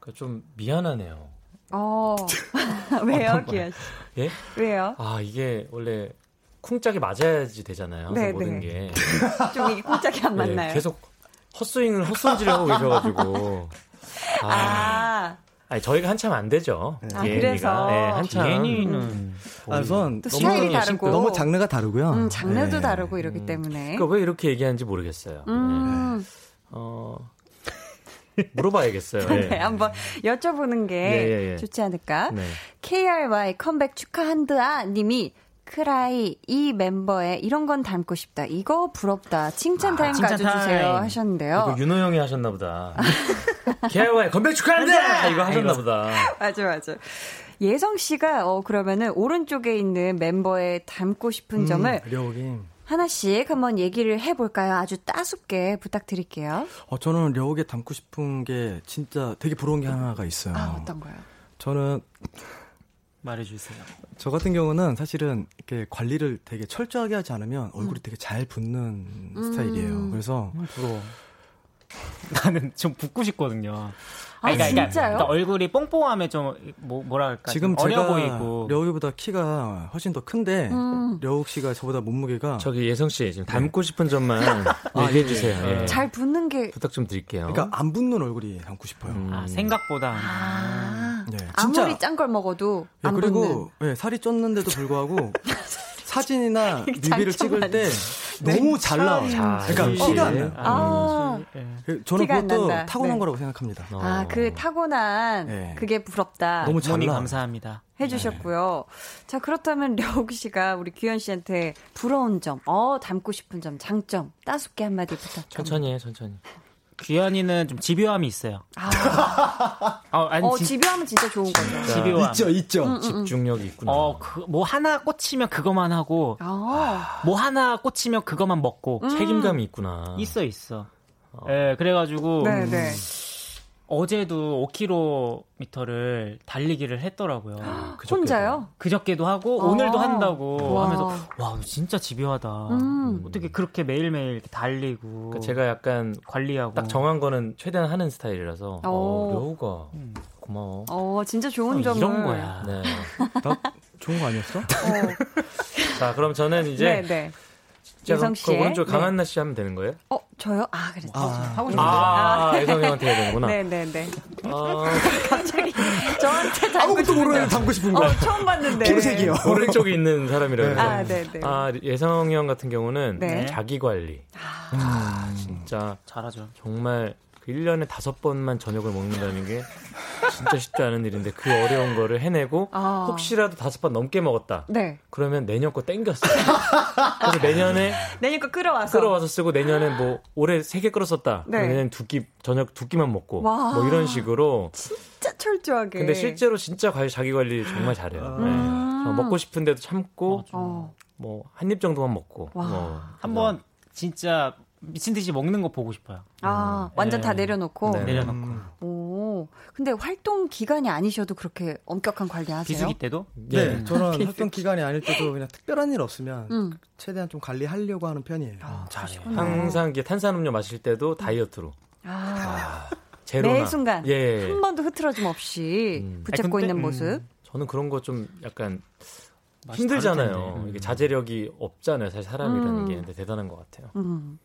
Speaker 5: 그러니까 좀 미안하네요.
Speaker 1: 어 왜요, 기현 씨?
Speaker 5: 예?
Speaker 1: 왜요?
Speaker 5: 아, 이게 원래 쿵짝이 맞아야지 되잖아요.
Speaker 1: 네,
Speaker 5: 모든
Speaker 1: 네.
Speaker 5: 게.
Speaker 1: 좀 이게 꼼짝이 안
Speaker 5: 예,
Speaker 1: 맞나요?
Speaker 5: 계속 헛스윙을 헛손질을 하고 계셔가지고. 아,
Speaker 1: 아
Speaker 5: 아니, 저희가 한참 안 되죠.
Speaker 1: 아,
Speaker 5: 예,
Speaker 1: 그래서.
Speaker 5: 얘기가. 예, 한참. 음.
Speaker 3: 예니는
Speaker 4: 아, 우선
Speaker 1: 또 스타일이 다르고.
Speaker 4: 너무 장르가 다르고요.
Speaker 1: 음, 장르도
Speaker 4: 네.
Speaker 1: 다르고 이러기 때문에.
Speaker 5: 아. 그러니까 왜 이렇게 얘기하는지 모르겠어요.
Speaker 1: 음,
Speaker 5: 예. 어, 물어봐야겠어요. 예.
Speaker 1: 네, 한번 여쭤보는 게
Speaker 5: 예, 예, 예.
Speaker 1: 좋지 않을까.
Speaker 5: 네.
Speaker 1: KRY 컴백 축하한드아 님이 크라이 이 멤버의 이런 건 닮고 싶다. 이거 부럽다.
Speaker 5: 아,
Speaker 1: 칭찬 타임
Speaker 3: 칭찬
Speaker 1: 가져주세요
Speaker 3: 타임.
Speaker 1: 하셨는데요.
Speaker 5: 이거 윤호 형이 하셨나 보다. 개화의 건배 축하한다! 이거 하셨나 보다.
Speaker 1: 맞아 맞아. 예성 씨가 어 그러면은 오른쪽에 있는 멤버의 닮고
Speaker 4: 음.
Speaker 1: 싶은 점을
Speaker 4: 려욱이.
Speaker 1: 하나씩 한번 얘기를 해볼까요? 아주 따숩게 부탁드릴게요.
Speaker 4: 어, 저는 려욱에 담고 싶은 게 진짜 되게 부러운 게 하나가 있어요.
Speaker 1: 아 어떤 거요?
Speaker 4: 저는
Speaker 3: 말해주세요.
Speaker 4: 저 같은 경우는 사실은 이렇게 관리를 되게 철저하게
Speaker 1: 음.
Speaker 4: 그러니까 하지 않으면 얼굴이 되게 잘 붓는 스타일이에요. 그래서
Speaker 3: 부러워.
Speaker 6: 나는 좀 붙고 싶거든요.
Speaker 1: 아, 진짜요?
Speaker 6: 그러니까 얼굴이 뽕뽕함에 좀 뭐, 뭐랄까
Speaker 4: 지금
Speaker 6: 좀 어려
Speaker 4: 제가
Speaker 6: 보이고
Speaker 4: 려욱이보다 키가 훨씬 더 큰데
Speaker 1: 음.
Speaker 4: 려욱 씨가 저보다 몸무게가
Speaker 5: 저기 예성 씨 지금 닮고 싶은 점만 얘기해 주세요. 예.
Speaker 4: 네.
Speaker 1: 잘 붙는 게
Speaker 5: 부탁 좀 드릴게요.
Speaker 4: 그러니까 안 붙는 얼굴이 닮고 싶어요.
Speaker 6: 아, 생각보다
Speaker 1: 아,
Speaker 4: 네,
Speaker 1: 아무리 짠 걸 먹어도
Speaker 4: 예,
Speaker 1: 안 붙는.
Speaker 4: 그리고 예, 살이 쪘는데도 불구하고 사진이나 뮤비를 찍을 때 너무 잘 나와요.
Speaker 5: 자,
Speaker 4: 그러니까
Speaker 5: 역시.
Speaker 4: 티가 안 나요.
Speaker 1: 아,
Speaker 6: 예.
Speaker 4: 그- 저는
Speaker 1: 티가 안
Speaker 4: 그것도
Speaker 1: 난다.
Speaker 4: 타고난
Speaker 1: 네.
Speaker 4: 거라고 생각합니다.
Speaker 5: 어.
Speaker 1: 아, 그 타고난
Speaker 4: 네.
Speaker 1: 그게 부럽다.
Speaker 4: 너무 잘
Speaker 6: 부모님
Speaker 4: 나와.
Speaker 6: 감사합니다.
Speaker 1: 해주셨고요. 자, 그렇다면 려욱 씨가 우리 규현 씨한테 부러운 점, 어, 닮고 싶은 점, 장점, 따숩게 한마디 부탁드립니다.
Speaker 5: 천천히 해, 천천히.
Speaker 6: 귀현이는 좀 집요함이 있어요. 어, 아니
Speaker 1: 어,
Speaker 6: 진-
Speaker 1: 집요하면 진짜 좋은 거죠.
Speaker 6: 집요함.
Speaker 4: 있죠.
Speaker 1: 음.
Speaker 5: 집중력이 있구나.
Speaker 6: 어, 그, 뭐 하나 꽂히면 그거만 하고,
Speaker 1: 아,
Speaker 6: 뭐 하나 꽂히면 그거만 먹고,
Speaker 1: 음.
Speaker 5: 책임감이 있구나.
Speaker 6: 있어, 있어. 예, 그래가지고,
Speaker 1: 네, 네.
Speaker 6: 어제도 5km를 달리기를 했더라고요.
Speaker 1: 혼자요?
Speaker 6: 그저께도 하고,
Speaker 1: 아.
Speaker 6: 오늘도 한다고
Speaker 1: 와.
Speaker 6: 어, 하면서, 와, 너 진짜 집요하다.
Speaker 1: 음.
Speaker 6: 어떻게 그렇게 매일매일 이렇게 달리고,
Speaker 5: 그러니까 제가 약간
Speaker 6: 관리하고.
Speaker 5: 딱 정한 거는 최대한 하는 스타일이라서
Speaker 1: 오.
Speaker 5: 어, 려우가 고마워.
Speaker 1: 어, 진짜
Speaker 6: 어,
Speaker 1: 좋은 점을.
Speaker 6: 이런 거야.
Speaker 5: 네.
Speaker 4: 나 좋은 거 아니었어?
Speaker 1: 어,
Speaker 5: 자, 그럼 저는
Speaker 1: 네,
Speaker 5: 이제
Speaker 1: 네.
Speaker 5: 제가
Speaker 1: 예성
Speaker 5: 그
Speaker 1: 씨의 네.
Speaker 5: 오른쪽 강한나 씨 하면 되는 거예요?
Speaker 1: 어, 저요? 아, 그랬죠. 하고
Speaker 5: 아, 예성 형한테 해야 되는구나.
Speaker 1: 네, 네, 네.
Speaker 5: 어,
Speaker 1: 갑자기 저한테 닮고
Speaker 4: 아무것도
Speaker 1: 싶은
Speaker 4: 모르는
Speaker 1: 점.
Speaker 4: 닮고 싶은 거.
Speaker 1: 어, 처음 봤는데.
Speaker 4: 보색이요.
Speaker 5: 오른쪽에 있는 사람이라고. 해서.
Speaker 1: 아, 네, 네.
Speaker 5: 아, 예성 형 같은 경우는
Speaker 1: 네.
Speaker 5: 자기 관리. 아, 진짜
Speaker 6: 잘하죠.
Speaker 5: 정말 그 1년에 다섯 번만 저녁을 먹는다는 게 진짜 쉽지 않은 일인데 그 어려운 거를 해내고
Speaker 1: 아.
Speaker 5: 혹시라도 다섯 번 넘게 먹었다.
Speaker 1: 네.
Speaker 5: 그러면 내년 거 땡겼어. 그래서 내년에
Speaker 1: 내년 거 끌어와서.
Speaker 5: 끌어와서 쓰고 내년에 뭐 올해 세 개 끌었었다.
Speaker 1: 네.
Speaker 5: 내년 두끼 저녁 두 끼만 먹고
Speaker 1: 와. 네.
Speaker 5: 뭐 이런 식으로.
Speaker 1: 진짜 철저하게.
Speaker 5: 근데 실제로 진짜 관- 자기 관리 정말 잘해요.
Speaker 6: 아.
Speaker 5: 네. 저 먹고 싶은데도 참고
Speaker 1: 어.
Speaker 5: 뭐 한 입 정도만 먹고.
Speaker 1: 와.
Speaker 5: 뭐
Speaker 6: 한번 진짜 미친 듯이 먹는 거 보고 싶어요.
Speaker 1: 아, 완전 다
Speaker 6: 네.
Speaker 1: 내려놓고.
Speaker 5: 네.
Speaker 6: 내려놓고.
Speaker 1: 오. 근데 활동 기간이 아니셔도 그렇게 엄격한 관리하세요?
Speaker 6: 비수기 때도?
Speaker 4: 네, 저는 활동 기간이 아닐 때도 그냥 특별한 일 없으면
Speaker 1: 음.
Speaker 4: 최대한 좀 관리하려고 하는 편이에요.
Speaker 6: 잘해요.
Speaker 5: 항상 이게 탄산음료 마실 때도 다이어트로
Speaker 1: 아,
Speaker 5: 제로나
Speaker 1: 매 순간
Speaker 5: 예.
Speaker 1: 한 번도 흐트러짐 없이
Speaker 5: 음.
Speaker 1: 붙잡고
Speaker 6: 아니, 근데,
Speaker 1: 있는
Speaker 6: 음.
Speaker 1: 모습.
Speaker 5: 저는 그런 거 좀 약간
Speaker 6: 맛이 다를
Speaker 5: 힘들잖아요.
Speaker 6: 텐데. 음.
Speaker 5: 이게 자제력이 없잖아요. 사실 사람이라는
Speaker 1: 음.
Speaker 5: 게 근데 대단한 것 같아요.
Speaker 1: 음.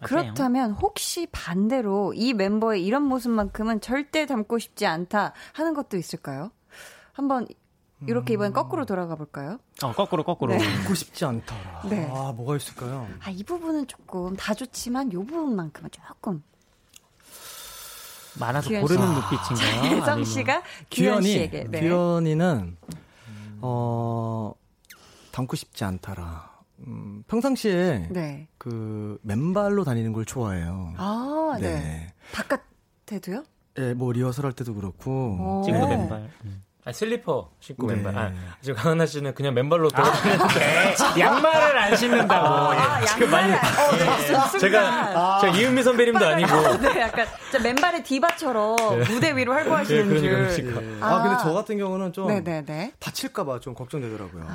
Speaker 6: 맞아요.
Speaker 1: 그렇다면 혹시 반대로 이 멤버의 이런 모습만큼은 절대 닮고 싶지 않다 하는 것도 있을까요? 한번 이렇게 이번엔 거꾸로 돌아가 볼까요?
Speaker 6: 어, 거꾸로, 거꾸로.
Speaker 1: 네.
Speaker 4: 먹고 싶지 않더라.
Speaker 1: 네.
Speaker 4: 아, 뭐가 있을까요?
Speaker 1: 아, 이 부분은 조금 다 좋지만 요 부분만큼은 조금.
Speaker 6: 많아서
Speaker 1: 귀현
Speaker 6: 고르는
Speaker 1: 씨.
Speaker 6: 눈빛인가요?
Speaker 1: 예성
Speaker 6: 아니면-
Speaker 1: 씨가 규현
Speaker 4: 규현이,
Speaker 1: 씨에게. 네.
Speaker 4: 규현이는, 어, 닮고 싶지 않더라. 음, 평상시에
Speaker 1: 네.
Speaker 4: 그 맨발로 다니는 걸 좋아해요.
Speaker 1: 아, 네. 바깥에도요?
Speaker 4: 예, 뭐 리허설 할 때도 그렇고.
Speaker 1: 어.
Speaker 6: 지금도 맨발.
Speaker 5: 아, 슬리퍼 신고
Speaker 4: 네.
Speaker 5: 맨발. 아, 지금 강한나 씨는 그냥
Speaker 6: 아.
Speaker 5: 맨발로 돌아다니는데
Speaker 6: 양말을 안 신는다고.
Speaker 1: 아, 양말. 어, 네. 순간. 아.
Speaker 5: 제가 제가 이은미 선배님도 아니고
Speaker 1: 네, 약간 진짜 맨발의 디바처럼 무대 위로 활보하시는
Speaker 5: 네,
Speaker 1: 줄.
Speaker 5: 그러니까, 그러니까.
Speaker 4: 아, 근데 저 같은 경우는 좀
Speaker 1: 네네네.
Speaker 4: 다칠까봐 좀 걱정되더라고요.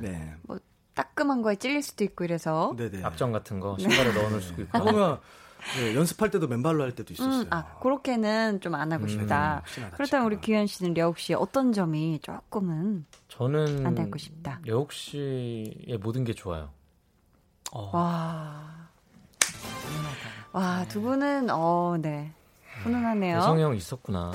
Speaker 4: 네.
Speaker 1: 뭐 따끔한 거에 찔릴 수도 있고 이래서.
Speaker 4: 네네.
Speaker 5: 앞정 같은 거 신발에 넣어놓을 수도 있고.
Speaker 1: 아.
Speaker 4: 보면 예, 연습할 때도 맨발로 할 때도 있었어요. 음,
Speaker 1: 음, 아, 그렇게는 좀 안 하고 싶다.
Speaker 4: 혹시나 다칠까
Speaker 1: 그렇다면 우리
Speaker 4: 봐.
Speaker 1: 규현 씨는 려욱 씨 어떤 점이 조금은
Speaker 5: 저는
Speaker 1: 안 닮고 싶다.
Speaker 5: 여욱 씨의 모든 게 좋아요.
Speaker 1: 와. 와, 두 분은, 어, 네. 훈훈하네요.
Speaker 5: 아, 예성형 있었구나.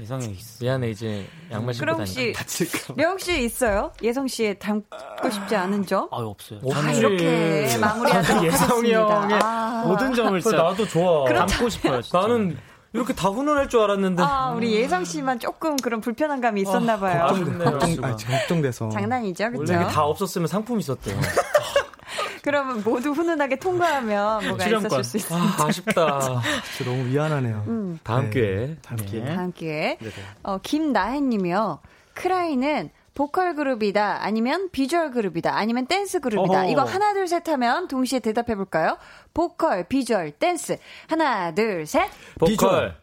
Speaker 6: 이성형 있어.
Speaker 5: 미안해 이제 양말 신고
Speaker 1: 그럼
Speaker 5: 다니까.
Speaker 1: 혹시,
Speaker 4: 다칠까 봐.
Speaker 1: 려욱 씨 있어요? 예성 씨의 닮고 싶지 않은 점?
Speaker 6: 아유, 없어요.
Speaker 5: 없지.
Speaker 1: 아, 이렇게 마무리하도록
Speaker 6: 예성이
Speaker 1: 하겠습니다.
Speaker 6: 형의
Speaker 1: 아.
Speaker 6: 모든 점을
Speaker 5: 그래,
Speaker 6: 진짜
Speaker 5: 나도 좋아.
Speaker 6: 담고 싶어요. 진짜. 네.
Speaker 5: 나는 이렇게 다 훈훈할 줄 알았는데.
Speaker 1: 아, 우리 예성 씨만 조금 그런 불편한 감이 있었나 봐요.
Speaker 4: 걱정, 아, 지금 걱정돼서.
Speaker 1: 장난이죠,
Speaker 5: 어, 원래
Speaker 1: 그렇죠?
Speaker 5: 이게 다 없었으면 상품이 있었대요.
Speaker 1: 그러면 모두 훈훈하게 통과하면 뭐가 있었을 수 있어요.
Speaker 5: 아, 아쉽다.
Speaker 4: 진짜 너무 미안하네요.
Speaker 5: 다음
Speaker 4: 네.
Speaker 5: 기회에
Speaker 4: 다음 기회.
Speaker 1: 다음 기회에. 어, 김나혜님이요. 크라이는 보컬 그룹이다, 아니면 비주얼 그룹이다, 아니면 댄스 그룹이다.
Speaker 6: 어허.
Speaker 1: 이거 하나, 둘, 셋 하면 동시에 대답해 볼까요? 보컬, 비주얼, 댄스. 하나, 둘, 셋.
Speaker 5: 보컬.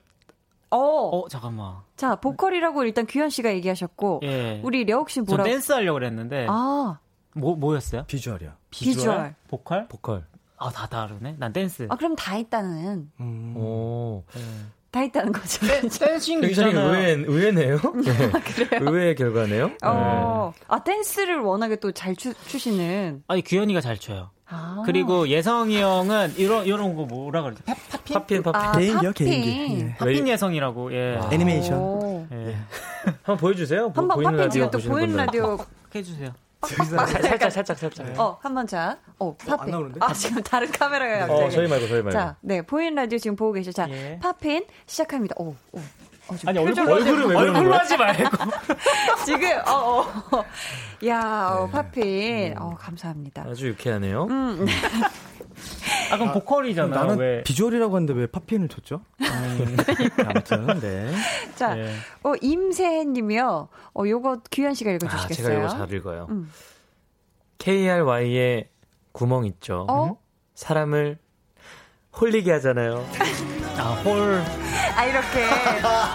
Speaker 1: 어.
Speaker 6: 어, 잠깐만.
Speaker 1: 자, 보컬이라고 일단 규현 씨가 얘기하셨고,
Speaker 6: 예.
Speaker 1: 우리 려욱 씨는
Speaker 6: 전
Speaker 1: 뭐라고?
Speaker 6: 댄스 하려고 그랬는데
Speaker 1: 아,
Speaker 6: 뭐 뭐였어요?
Speaker 4: 비주얼이요.
Speaker 1: 비주얼.
Speaker 6: 보컬?
Speaker 5: 보컬.
Speaker 3: 아, 다 다르네? 난 댄스.
Speaker 1: 아, 그럼 다 있다는,
Speaker 4: 음.
Speaker 5: 오.
Speaker 1: 다 있다는 거죠.
Speaker 3: 댄싱
Speaker 5: 굉장히 의외, 의외네요. 네. 의외의 결과네요.
Speaker 1: 아, 어, 아, 댄스를 워낙에 또 잘 추시는.
Speaker 3: 아니, 귀현이가 잘 춰요.
Speaker 1: 아.
Speaker 3: 그리고 예성이 형은 이런, 이런 거 뭐라 그러지? 팝, 팝핀?
Speaker 5: 팝핀 팝핀.
Speaker 1: 아,
Speaker 4: 개인기요,
Speaker 1: 팝핑.
Speaker 4: 개인기. 예.
Speaker 3: 팝핀 예성이라고, 예.
Speaker 5: 아.
Speaker 4: 애니메이션.
Speaker 1: 오.
Speaker 3: 예.
Speaker 5: 한번 보여주세요. 뭐 보-
Speaker 1: 한번
Speaker 5: 보이는
Speaker 1: 팝핑
Speaker 5: 라디오
Speaker 1: 지금 또
Speaker 5: 보시는
Speaker 1: 보이는
Speaker 5: 분들.
Speaker 1: 라디오
Speaker 3: 해주세요.
Speaker 5: 살- 살짝, 살짝, 살짝.
Speaker 1: 어, 한 번 자. 어, 팝핀.
Speaker 4: 네. 나오는데?
Speaker 1: 아, 지금 다른 카메라가 갑자기.
Speaker 5: 어, 저희 말고, 저희 말고.
Speaker 1: 자, 네, 보이는 라디오 지금 보고 계셔. 자,
Speaker 3: 예.
Speaker 1: 팝핀 시작합니다. 오, 오. 어, 지금
Speaker 3: 아니,
Speaker 1: 표정-
Speaker 3: 얼굴, 얼굴을
Speaker 5: 왜 그러는
Speaker 3: 얼굴로
Speaker 5: 거야?
Speaker 3: 하지 말고.
Speaker 1: 지금, 어, 어. 어. 야,
Speaker 4: 네.
Speaker 1: 어, 팝핀.
Speaker 4: 음.
Speaker 1: 어, 감사합니다.
Speaker 5: 아주 유쾌하네요.
Speaker 1: 음,
Speaker 3: 아, 그럼 보컬이잖아.
Speaker 4: 나는
Speaker 3: 왜.
Speaker 4: 비주얼이라고 하는데 왜 팝핀을 쳤죠? 음, 아무튼 네.
Speaker 1: 자,
Speaker 3: 예.
Speaker 1: 어, 임세현 님이요. 어, 요거 귀현 씨가
Speaker 5: 아,
Speaker 1: 읽어주시겠어요?
Speaker 5: 제가 이거 잘 읽어요.
Speaker 1: 음.
Speaker 5: KRY의 구멍 있죠.
Speaker 1: 어?
Speaker 5: 사람을 홀리게 하잖아요.
Speaker 3: 아, 홀.
Speaker 1: 아, 이렇게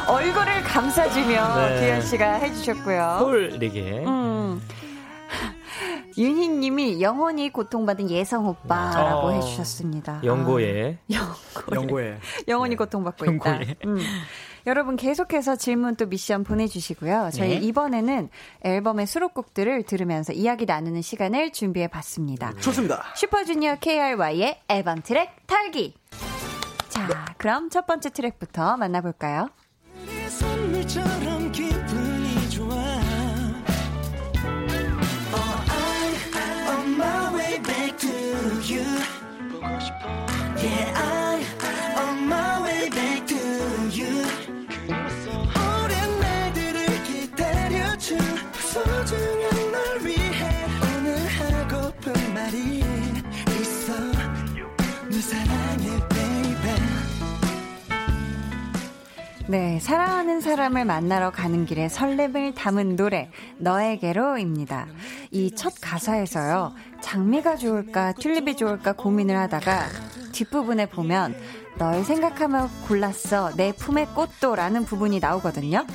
Speaker 1: 얼굴을 감싸주며
Speaker 5: 네.
Speaker 1: 귀현 씨가 해주셨고요.
Speaker 5: 홀리게.
Speaker 1: 어? 음. 윤희님이 영원히 고통받은 예성 오빠라고
Speaker 3: 어.
Speaker 1: 해주셨습니다.
Speaker 5: 영고의
Speaker 4: 연고에.
Speaker 1: 아, 영원히 고통받고
Speaker 3: 연고에.
Speaker 1: 있다. 음. 여러분 계속해서 질문 또 미션 보내주시고요. 저희 이번에는 앨범의 수록곡들을 들으면서 이야기 나누는 시간을 준비해봤습니다.
Speaker 4: 좋습니다.
Speaker 1: 슈퍼주니어 KRY의 앨범 트랙 탈기. 자, 그럼 첫 번째 트랙부터 만나볼까요?
Speaker 8: Oh,
Speaker 1: 네, 사랑하는 사람을 만나러 가는 길에 설렘을 담은 노래 너에게로입니다. 이 첫 가사에서요. 장미가 좋을까 튤립이 좋을까 고민을 하다가 뒷부분에 보면 널 생각하며 골랐어 내 품의 꽃도라는 부분이 나오거든요.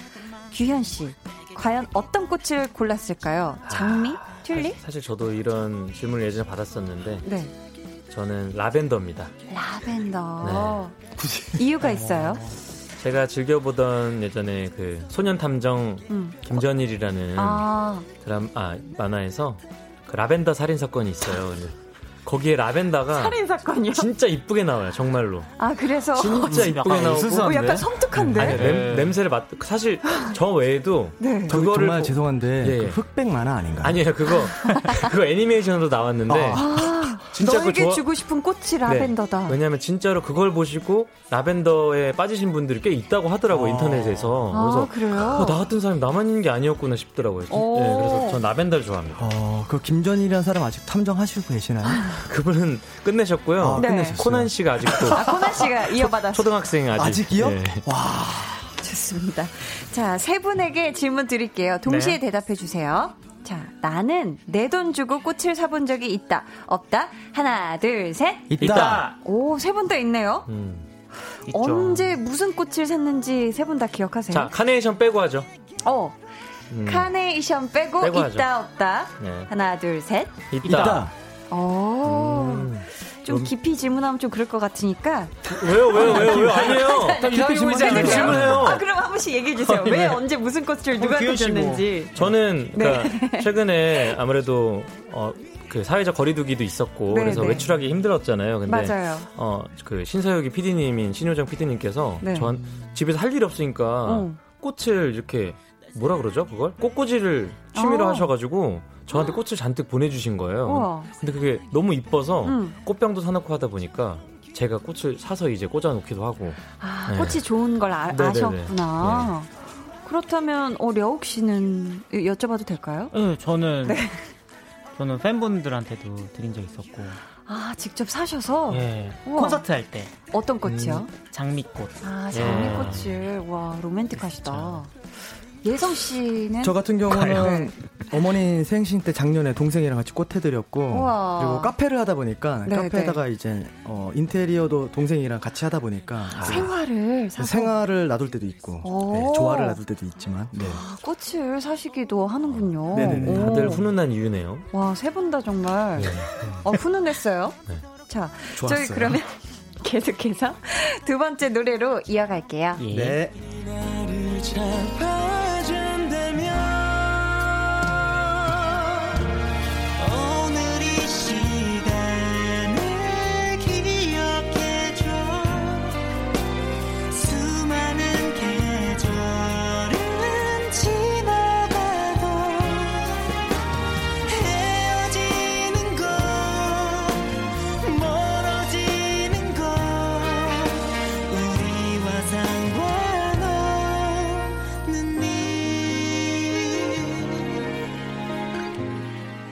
Speaker 1: 규현 씨, 과연 어떤 꽃을 골랐을까요? 장미, 튤립?
Speaker 5: 사실 저도 이런 질문을 예전에 받았었는데
Speaker 1: 네,
Speaker 5: 저는 라벤더입니다.
Speaker 1: 라벤더.
Speaker 5: 네.
Speaker 1: 이유가 있어요.
Speaker 5: 제가 즐겨보던 예전에 그 소년 탐정
Speaker 1: 음.
Speaker 5: 김전일이라는
Speaker 1: 아,
Speaker 5: 드라마 아, 만화에서 그 라벤더 살인 사건이 있어요. 근데 거기에 라벤더가
Speaker 1: 살인 사건이요.
Speaker 5: 진짜 이쁘게 나와요. 정말로
Speaker 1: 아, 그래서
Speaker 5: 진짜 이쁘게 나오고
Speaker 1: 어, 약간 섬뜩한데.
Speaker 5: 아니, 냄, 냄새를 맡 사실 저 외에도
Speaker 1: 네.
Speaker 4: 저
Speaker 5: 그거를
Speaker 4: 정말
Speaker 5: 보-
Speaker 4: 죄송한데
Speaker 5: 예, 예.
Speaker 4: 그 흑백 만화 아닌가요?
Speaker 5: 아니에요 그거 그거 애니메이션으로 나왔는데 진짜 그거
Speaker 1: 아, 너에게
Speaker 5: 좋아-
Speaker 1: 주고 싶은 꽃이 라벤더다.
Speaker 5: 네. 왜냐하면 진짜로 그걸 보시고 라벤더에 빠지신 분들이 꽤 있다고 하더라고 요 인터넷에서.
Speaker 1: 아,
Speaker 5: 그래서
Speaker 1: 그래요?
Speaker 5: 어, 나 같은 사람이 나만 있는 게 아니었구나 싶더라고요. 진-
Speaker 1: 오.
Speaker 5: 네, 그래서 전 라벤더를 좋아합니다.
Speaker 4: 어, 그 김전일이라는 사람 아직 탐정하시고 계시나요?
Speaker 5: 그분은 끝내셨고요.
Speaker 4: 아,
Speaker 1: 아, 네.
Speaker 4: 끝내셨어요.
Speaker 5: 코난 씨가 아직도
Speaker 1: 아, 코나 씨가 이어받아서
Speaker 5: 초등학생 아직.
Speaker 4: 아직이요?
Speaker 5: 예.
Speaker 1: 좋습니다. 자, 세 분에게 질문 드릴게요. 동시에
Speaker 5: 네.
Speaker 1: 대답해 주세요. 자, 나는 내 돈 주고 꽃을 사본 적이 있다. 없다. 하나, 둘, 셋.
Speaker 4: 있다.
Speaker 1: 오, 세 분 다 있네요.
Speaker 5: 음.
Speaker 1: 언제 무슨 꽃을 샀는지 세 분 다 기억하세요?
Speaker 5: 자 카네이션 빼고 하죠.
Speaker 1: 어.
Speaker 5: 음.
Speaker 1: 카네이션 빼고,
Speaker 5: 빼고 하죠.
Speaker 1: 있다, 없다.
Speaker 5: 네.
Speaker 1: 하나, 둘, 셋.
Speaker 5: 있다.
Speaker 4: 있다.
Speaker 1: 오.
Speaker 5: 음,
Speaker 1: 좀 깊이 질문하면 좀 그럴 것 같으니까
Speaker 5: 왜요 왜요 왜요 왜요 아니에요.
Speaker 3: 이상해 보이지
Speaker 1: 해주세요.
Speaker 3: 않아요?
Speaker 5: 질문해요.
Speaker 1: 아, 그럼 한 번씩 얘기해 주세요. 왜 언제 무슨 꽃을 누가
Speaker 3: 기회 주시고.
Speaker 1: 줬는지.
Speaker 5: 저는 그러니까 최근에 아무래도 어, 그 사회적 거리두기도 있었고
Speaker 1: 네,
Speaker 5: 그래서
Speaker 1: 네.
Speaker 5: 외출하기 힘들었잖아요. 근데
Speaker 1: 맞아요.
Speaker 5: 어, 그 신서유기 PD님인 신효정 PD님께서
Speaker 1: 네. 어.
Speaker 5: 전 집에서 할 일 없으니까
Speaker 1: 응.
Speaker 5: 꽃을 이렇게 뭐라 그러죠? 그걸 꽃꽂이를 취미로
Speaker 1: 어.
Speaker 5: 하셔가지고 저한테 꽃을 잔뜩 보내주신 거예요.
Speaker 1: 우와.
Speaker 5: 근데 그게 너무 이뻐서
Speaker 1: 응.
Speaker 5: 꽃병도 사놓고 하다 보니까 제가 꽃을 사서 이제 꽂아놓기도 하고
Speaker 1: 아,
Speaker 5: 네.
Speaker 1: 꽃이 좋은 걸 아,
Speaker 5: 네네네.
Speaker 1: 셨구나 그렇다면 어, 려욱 씨는 여쭤봐도 될까요?
Speaker 3: 예, 저는. 저는 팬분들한테도 드린 적 있었고.
Speaker 1: 아, 직접 사셔서
Speaker 6: 네.
Speaker 3: 예.
Speaker 1: 우와.
Speaker 3: 콘서트 할 때.
Speaker 1: 어떤 꽃이요?
Speaker 6: 음.
Speaker 3: 장미꽃.
Speaker 1: 아, 장미꽃을. 와, 로맨틱하시다. 예성 씨는
Speaker 4: 저 같은 경우는 어머니 생신 때 작년에 동생이랑 같이 꽃 해드렸고
Speaker 1: 우와.
Speaker 4: 그리고 카페를 하다 보니까
Speaker 1: 네,
Speaker 4: 카페에다가 이제 어, 인테리어도 동생이랑 같이 하다 보니까 아,
Speaker 1: 생화를 사서
Speaker 4: 생활을 놔둘 때도 있고
Speaker 1: 오.
Speaker 4: 네, 조화를 놔둘 때도 있지만 네.
Speaker 1: 꽃을 사시기도 하는군요.
Speaker 4: 네네네.
Speaker 1: 오.
Speaker 5: 다들 훈훈한 이유네요.
Speaker 1: 와, 세 분 다 정말 어, 훈훈했어요. 자,
Speaker 4: 네. 좋았어요.
Speaker 1: 저희 그러면 계속해서 두 번째 노래로 이어갈게요.
Speaker 6: 예.
Speaker 4: 네.
Speaker 8: 나를 잡아준다면 오늘 이 시간을 기억해줘 수많은 계절은 지나가도 헤어지는 건 멀어지는 건 우리와 상관없는 일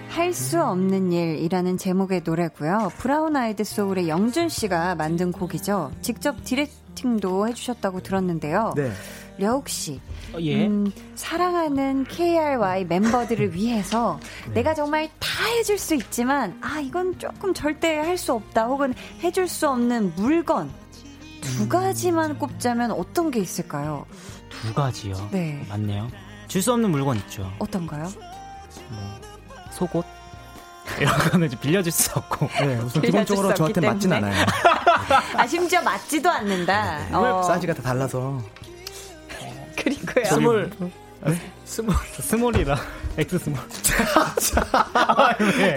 Speaker 1: 할 수 없는 일이라는 제목의 노래고요. 브라운 아이드 소울의 영준 씨가 만든 곡이죠. 직접 디렉팅도 해주셨다고 들었는데요.
Speaker 4: 네.
Speaker 1: 려욱 씨,
Speaker 6: 어, 예.
Speaker 1: 음, 사랑하는 KRY 멤버들을 위해서 내가 정말 다 해줄 수 있지만 아 이건 조금 절대 할 수 없다 혹은 해줄 수 없는 물건 두 가지만 꼽자면 어떤 게 있을까요?
Speaker 6: 두 가지요.
Speaker 1: 네.
Speaker 6: 맞네요. 줄 수 없는 물건 있죠.
Speaker 1: 어떤가요?
Speaker 6: 속옷. 이런 거는 이제 빌려줄 수 없고.
Speaker 4: 네, 우선
Speaker 1: 어. 길게
Speaker 4: 기본적으로
Speaker 1: 할수 없기
Speaker 4: 저한테 맞진
Speaker 1: 때문에.
Speaker 4: 않아요.
Speaker 1: 아 심지어 맞지도 않는다. 어,
Speaker 4: 사이즈가 다 달라서.
Speaker 1: 그리고요.
Speaker 5: 스물 스물
Speaker 6: 스몰이라. 엑스 스몰. 아, 네.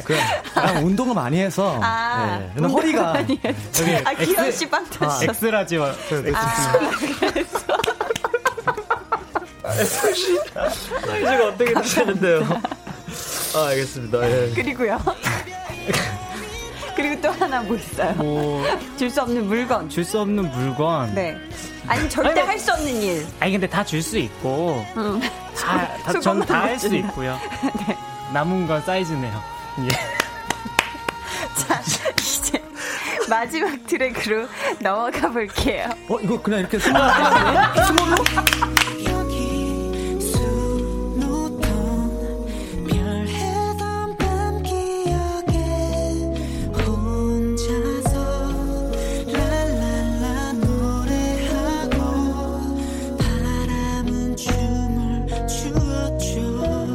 Speaker 4: 난 아, 운동을 많이 해서.
Speaker 1: 아,
Speaker 4: 네. 근데 허리가.
Speaker 1: 아 기현 씨빵 터졌어.
Speaker 6: 엑스라지와.
Speaker 1: 아.
Speaker 5: 사이즈가 어떻게 되시는데요? 아 알겠습니다. 예.
Speaker 1: 그리고요. 그리고 또 하나 뭐 있어요?
Speaker 6: 뭐,
Speaker 1: 줄 수 없는 물건.
Speaker 6: 줄 수 없는 물건.
Speaker 1: 네. 아니 뭐. 절대
Speaker 6: 아니,
Speaker 1: 할 수 없는 일.
Speaker 6: 아니, 근데 다 줄 수 있고.
Speaker 1: 음.
Speaker 6: 다, 다,
Speaker 1: 수건만 네.
Speaker 6: 전 다 할 수
Speaker 1: 주네.
Speaker 6: 있고요. 남은 건 사이즈네요.
Speaker 1: 자, 이제 마지막 트랙으로 넘어가 볼게요.
Speaker 4: 어, 이거 그냥 이렇게
Speaker 1: 아,
Speaker 4: 숨어.
Speaker 8: 여기 수놓던 별해던 밤 기억에 혼자서 랄랄라 노래하고 바람은 춤을 추었죠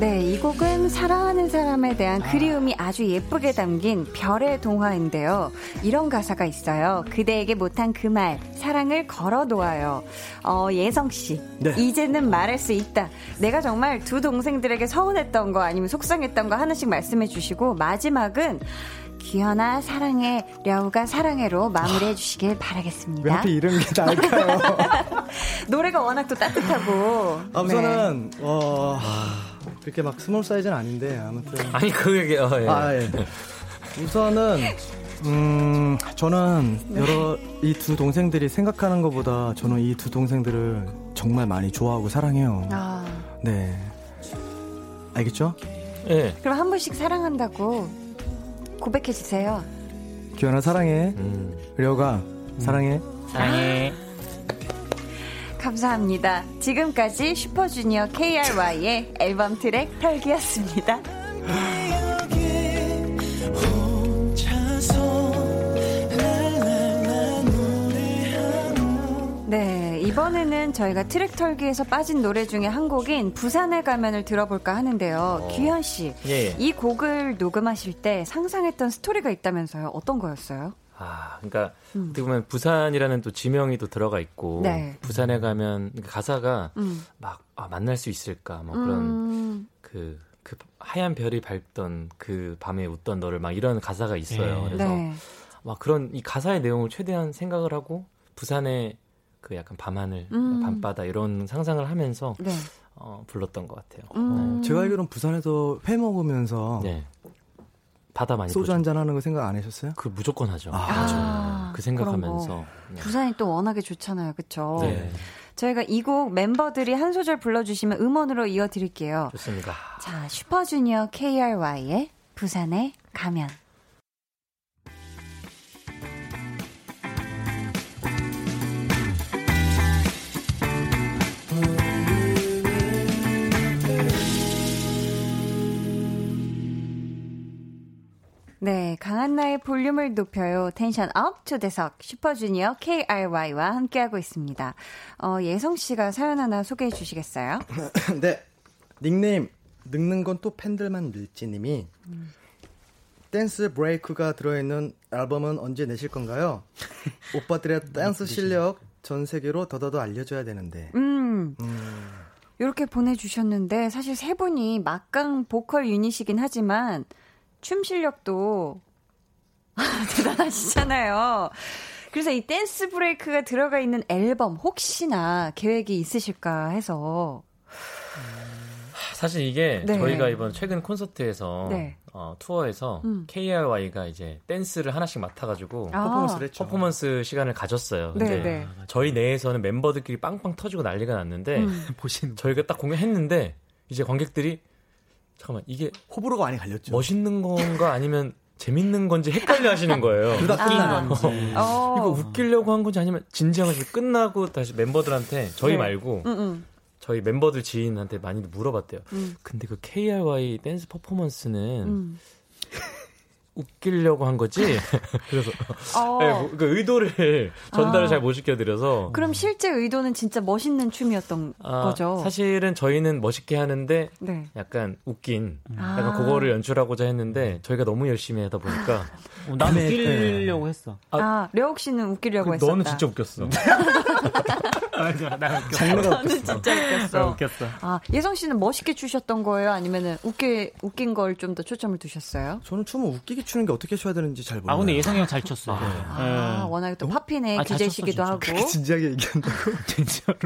Speaker 1: 네, 이 곡은 사랑하는 사람에 대한 그리움이 아주 예쁘게 담긴 별의 동화인데요. 이런 가사가 있어요. 그대에게 못한 그 말, 사랑을 걸어 놓아요. 어, 예성 씨.
Speaker 4: 네.
Speaker 1: 이제는 말할 수 있다. 내가 정말 두 동생들에게 서운했던 거 아니면 속상했던 거 하나씩 말씀해 주시고 마지막은 귀현아 사랑해, 려우가 사랑해로 마무리해 주시길
Speaker 4: 아. 왜
Speaker 1: 바라겠습니다.
Speaker 4: 하필 이런 게
Speaker 1: 네.
Speaker 4: 나을까요?
Speaker 1: 노래가 워낙 또 따뜻하고
Speaker 4: 아,
Speaker 1: 네.
Speaker 4: 우선은, 어, 하, 그렇게 막 스몰 사이즈는 아닌데, 아무튼.
Speaker 5: 아니 그게 어, 예.
Speaker 4: 아, 예. 우선은, 음, 저는 여러, 이 두 동생들이 생각하는 것보다 저는 이 두 동생들을 정말 많이 좋아하고 사랑해요.
Speaker 1: 아.
Speaker 4: 네. 알겠죠?
Speaker 5: 예.
Speaker 1: 그럼 한 분씩 사랑한다고 고백해 주세요.
Speaker 4: 기현아, 사랑해.
Speaker 5: 음.
Speaker 4: 려가, 사랑해.
Speaker 6: 사랑해.
Speaker 1: 감사합니다. 지금까지 슈퍼주니어 KRY의 앨범 트랙 털기였습니다. 네, 이번에는 저희가 트랙 털기에서 빠진 노래 중에 한 곡인 부산의 가면을 들어볼까 하는데요. 귀현 씨,
Speaker 5: 예.
Speaker 1: 이 곡을 녹음하실 때 상상했던 스토리가 있다면서요. 어떤 거였어요?
Speaker 5: 아, 그러니까 어떻게 보면 부산이라는 또 지명이 또 들어가 있고
Speaker 1: 음. 네.
Speaker 5: 부산에 가면 가사가
Speaker 1: 음.
Speaker 5: 막 아, 만날 수 있을까 뭐 그런 그, 그 하얀 별이 밝던 그 밤에 웃던 너를 막 이런 가사가 있어요.
Speaker 6: 예.
Speaker 5: 그래서
Speaker 1: 네.
Speaker 5: 막 그런 이 가사의 내용을 최대한 생각을 하고 부산의 그 약간 밤하늘,
Speaker 1: 음.
Speaker 5: 밤바다 이런 상상을 하면서
Speaker 1: 네.
Speaker 5: 어, 불렀던 것 같아요.
Speaker 1: 음.
Speaker 4: 어, 제가 알기로는 부산에서 회 먹으면서
Speaker 5: 네. 바다 많이
Speaker 4: 어. 소주
Speaker 5: 보죠.
Speaker 4: 한잔 하는 거 생각 안 하셨어요?
Speaker 5: 그 무조건 하죠.
Speaker 4: 아,
Speaker 1: 아,
Speaker 5: 그
Speaker 1: 그런
Speaker 5: 생각하면서. 네.
Speaker 1: 부산이 또 워낙에 좋잖아요. 그쵸?
Speaker 5: 네,
Speaker 1: 저희가 이 곡 멤버들이 한 소절 불러주시면 음원으로 이어드릴게요.
Speaker 5: 좋습니다.
Speaker 1: 자, 슈퍼주니어 KRY의 부산에 가면. 네, 강한나의 볼륨을 높여요. 텐션 업 초대석 슈퍼주니어 KRY와 함께하고 있습니다. 어, 예성 씨가 사연 하나 소개해 주시겠어요?
Speaker 4: 네. 닉네임 늙는 건 또 팬들만 늙지님이 댄스 브레이크가 들어있는 앨범은 언제 내실 건가요?
Speaker 6: 음,
Speaker 4: 오빠들의 댄스 실력 전 세계로 더더더 알려줘야 되는데.
Speaker 1: 음. 이렇게 보내주셨는데 사실 세 분이 막강 보컬 유닛이긴 하지만 춤 실력도 대단하시잖아요. 그래서 이 댄스 브레이크가 들어가 있는 앨범 혹시나 계획이 있으실까 해서
Speaker 5: 사실 이게
Speaker 1: 네.
Speaker 5: 저희가 이번 최근 콘서트에서
Speaker 1: 네.
Speaker 5: 어, 투어에서
Speaker 1: 음.
Speaker 5: KRY가 이제 댄스를 하나씩 맡아가지고
Speaker 1: 아.
Speaker 4: 퍼포먼스를 했죠.
Speaker 5: 퍼포먼스 시간을 가졌어요.
Speaker 1: 네,
Speaker 5: 근데
Speaker 1: 네.
Speaker 5: 저희 내에서는 멤버들끼리 빵빵 터지고 난리가
Speaker 1: 음.
Speaker 5: 났는데
Speaker 6: 보시는
Speaker 5: 저희가 딱 공연했는데 이제 관객들이 잠깐만 이게
Speaker 4: 호불호가 많이 갈렸죠.
Speaker 5: 멋있는 건가 아니면 재밌는 건지 헷갈려 하시는 거예요.
Speaker 4: 둘다 끝나는
Speaker 5: 어,
Speaker 1: 어.
Speaker 5: 이거 웃기려고 한 건지 아니면 진지하게 끝나고 다시 멤버들한테 저희
Speaker 1: 네.
Speaker 5: 말고
Speaker 1: 음, 음.
Speaker 5: 저희 멤버들 지인한테 많이 물어봤대요.
Speaker 1: 음.
Speaker 5: 근데 그 KRY 댄스 퍼포먼스는
Speaker 1: 음.
Speaker 5: 웃기려고 한 거지? 그래서
Speaker 1: 어.
Speaker 5: 네, 뭐, 그 의도를 전달을
Speaker 1: 아.
Speaker 5: 잘 못 시켜드려서
Speaker 1: 그럼 실제 의도는 진짜 멋있는 춤이었던
Speaker 5: 아,
Speaker 1: 거죠.
Speaker 5: 사실은 저희는 멋있게 하는데
Speaker 1: 네.
Speaker 5: 약간 웃긴
Speaker 1: 아.
Speaker 5: 약간 그거를 연출하고자 했는데 저희가 너무 열심히 하다 보니까
Speaker 6: 어, 난 웃기려고 했어.
Speaker 1: 아, 려욱 씨는 웃기려고 했었다.
Speaker 5: 네, 아, 그 너는 진짜 웃겼어.
Speaker 6: 맞아, 나 웃겼어.
Speaker 4: 장르가
Speaker 1: 저는 진짜
Speaker 6: 나
Speaker 1: 웃겼어.
Speaker 6: 웃겼어.
Speaker 1: 아, 예성 씨는 멋있게 추셨던 거예요? 아니면은 웃게, 웃긴 걸 좀 더 초점을 두셨어요?
Speaker 4: 저는 춤을 웃기게 추는 게 어떻게 춰야 되는지 잘 몰라요.
Speaker 6: 아 근데 예성이 형 잘 네. 쳤어.
Speaker 1: 아, 워낙에 또 팝핀의
Speaker 6: 아, 잘
Speaker 1: 기재시기도
Speaker 6: 쳤어,
Speaker 1: 하고.
Speaker 4: 진지하게 얘기한다고 진짜로.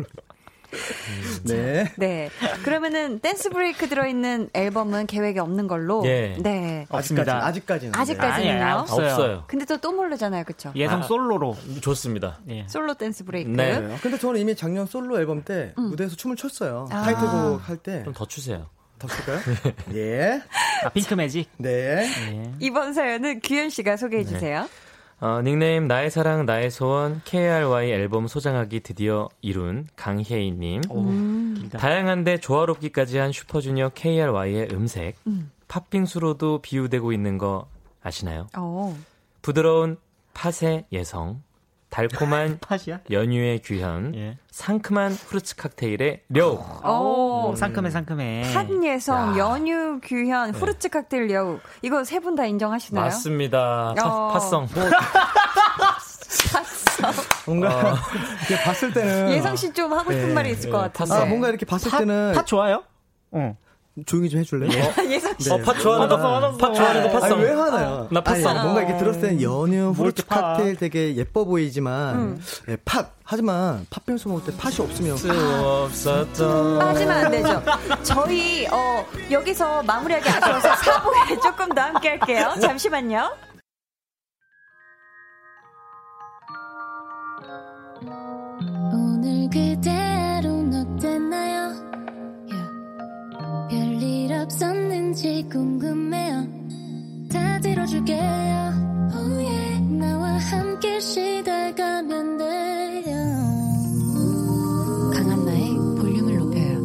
Speaker 4: 네.
Speaker 1: 네. 그러면은 댄스 브레이크 들어있는 앨범은 계획에 없는 걸로.
Speaker 5: 예.
Speaker 1: 네.
Speaker 4: 아직까지
Speaker 6: 없습니다.
Speaker 4: 아직까지는
Speaker 1: 아직까지.
Speaker 6: 아니, 아니,
Speaker 1: 없어요.
Speaker 6: 없어요.
Speaker 5: 없어요.
Speaker 1: 근데 또 또 모르잖아요. 그쵸?
Speaker 6: 예성
Speaker 5: 아.
Speaker 6: 솔로로.
Speaker 5: 좋습니다.
Speaker 6: 예.
Speaker 1: 솔로 댄스 브레이크.
Speaker 5: 네.
Speaker 4: 네. 근데 저는 이미 작년 솔로 앨범 때 무대에서 춤을 췄어요.
Speaker 1: 음. 아.
Speaker 4: 타이틀곡 할 때.
Speaker 5: 좀 더 추세요.
Speaker 4: 더 칠까요? 예.
Speaker 6: 아 핑크 매직.
Speaker 4: 네.
Speaker 1: 이번 사연은 규현 씨가 소개해주세요.
Speaker 5: 어, 닉네임 나의 사랑 나의 소원 KRY 앨범 소장하기 드디어 이룬 강혜인님.
Speaker 6: 오, 길다.
Speaker 5: 다양한데 조화롭기까지 한 슈퍼주니어 KRY의 음색 팥빙수로도 비유되고 있는 거 아시나요?
Speaker 1: 어.
Speaker 5: 부드러운 팥의 예성, 달콤한
Speaker 6: 팟이야?
Speaker 5: 연유의 규현,
Speaker 6: 예.
Speaker 5: 상큼한 후르츠 칵테일의 려욱.
Speaker 1: 어.
Speaker 6: 상큼해 네. 상큼해.
Speaker 1: 한예성, 연유, 규현, 후르츠 칵테일 여우. 이거 세 분 다 인정하시나요?
Speaker 5: 맞습니다.
Speaker 1: 어.
Speaker 5: 팥- 팥성. 아.
Speaker 4: 뭔가 이렇게 봤을 때는
Speaker 1: 예성 씨 좀 하고 싶은 말이 있을 것 같은데.
Speaker 4: 아 뭔가 이렇게 봤을 때는
Speaker 6: 팟 좋아요? 어.
Speaker 4: 조용히 좀 해줄래요? 네.
Speaker 1: 예성 씨.
Speaker 5: 어, 팥 좋아하는 거, 팥 좋아하는 거
Speaker 4: 아니
Speaker 5: 팥성.
Speaker 4: 왜 화나요?
Speaker 5: 나 팟성. 음.
Speaker 4: 아니, 뭔가 이렇게 들었을 때는 연유 후르츠
Speaker 6: 팟.
Speaker 4: 칵테일 되게 예뻐 보이지만 예, 팥 하지만 팥빙수 먹을 때 팥이 없으면
Speaker 5: 수 없었던
Speaker 1: 빠지면 안 되죠. 저희 어, 여기서 마무리하기 아쉬워서 사부에 조금 더 함께 할게요. 잠시만요.
Speaker 7: 오늘 그대 하루는 어땠나요? Yeah. 별일 없었는지 궁금해요. 다 들어줄게요. Oh yeah. 나와 함께 시달가면 돼요. 강한나의 볼륨을 높여요.